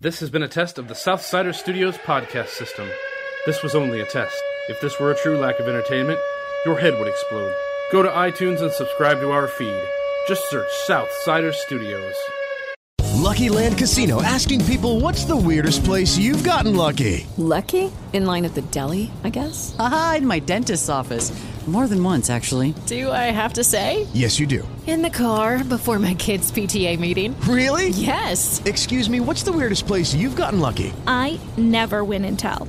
Speaker 8: This has been a test of the Southsider Studios podcast system. This was only a test. If this were a true lack of entertainment, your head would explode. Go to iTunes and subscribe to our feed. Just search Southsider Studios.
Speaker 31: Lucky Land Casino asking people what's the weirdest place you've gotten lucky?
Speaker 32: Lucky? In line at the deli, I guess?
Speaker 33: Aha, in my dentist's office. More than once, actually.
Speaker 32: Do I have to say?
Speaker 31: Yes, you do.
Speaker 32: In the car before my kids' PTA meeting.
Speaker 31: Really?
Speaker 32: Yes.
Speaker 31: Excuse me, what's the weirdest place you've gotten lucky?
Speaker 34: I never win and tell.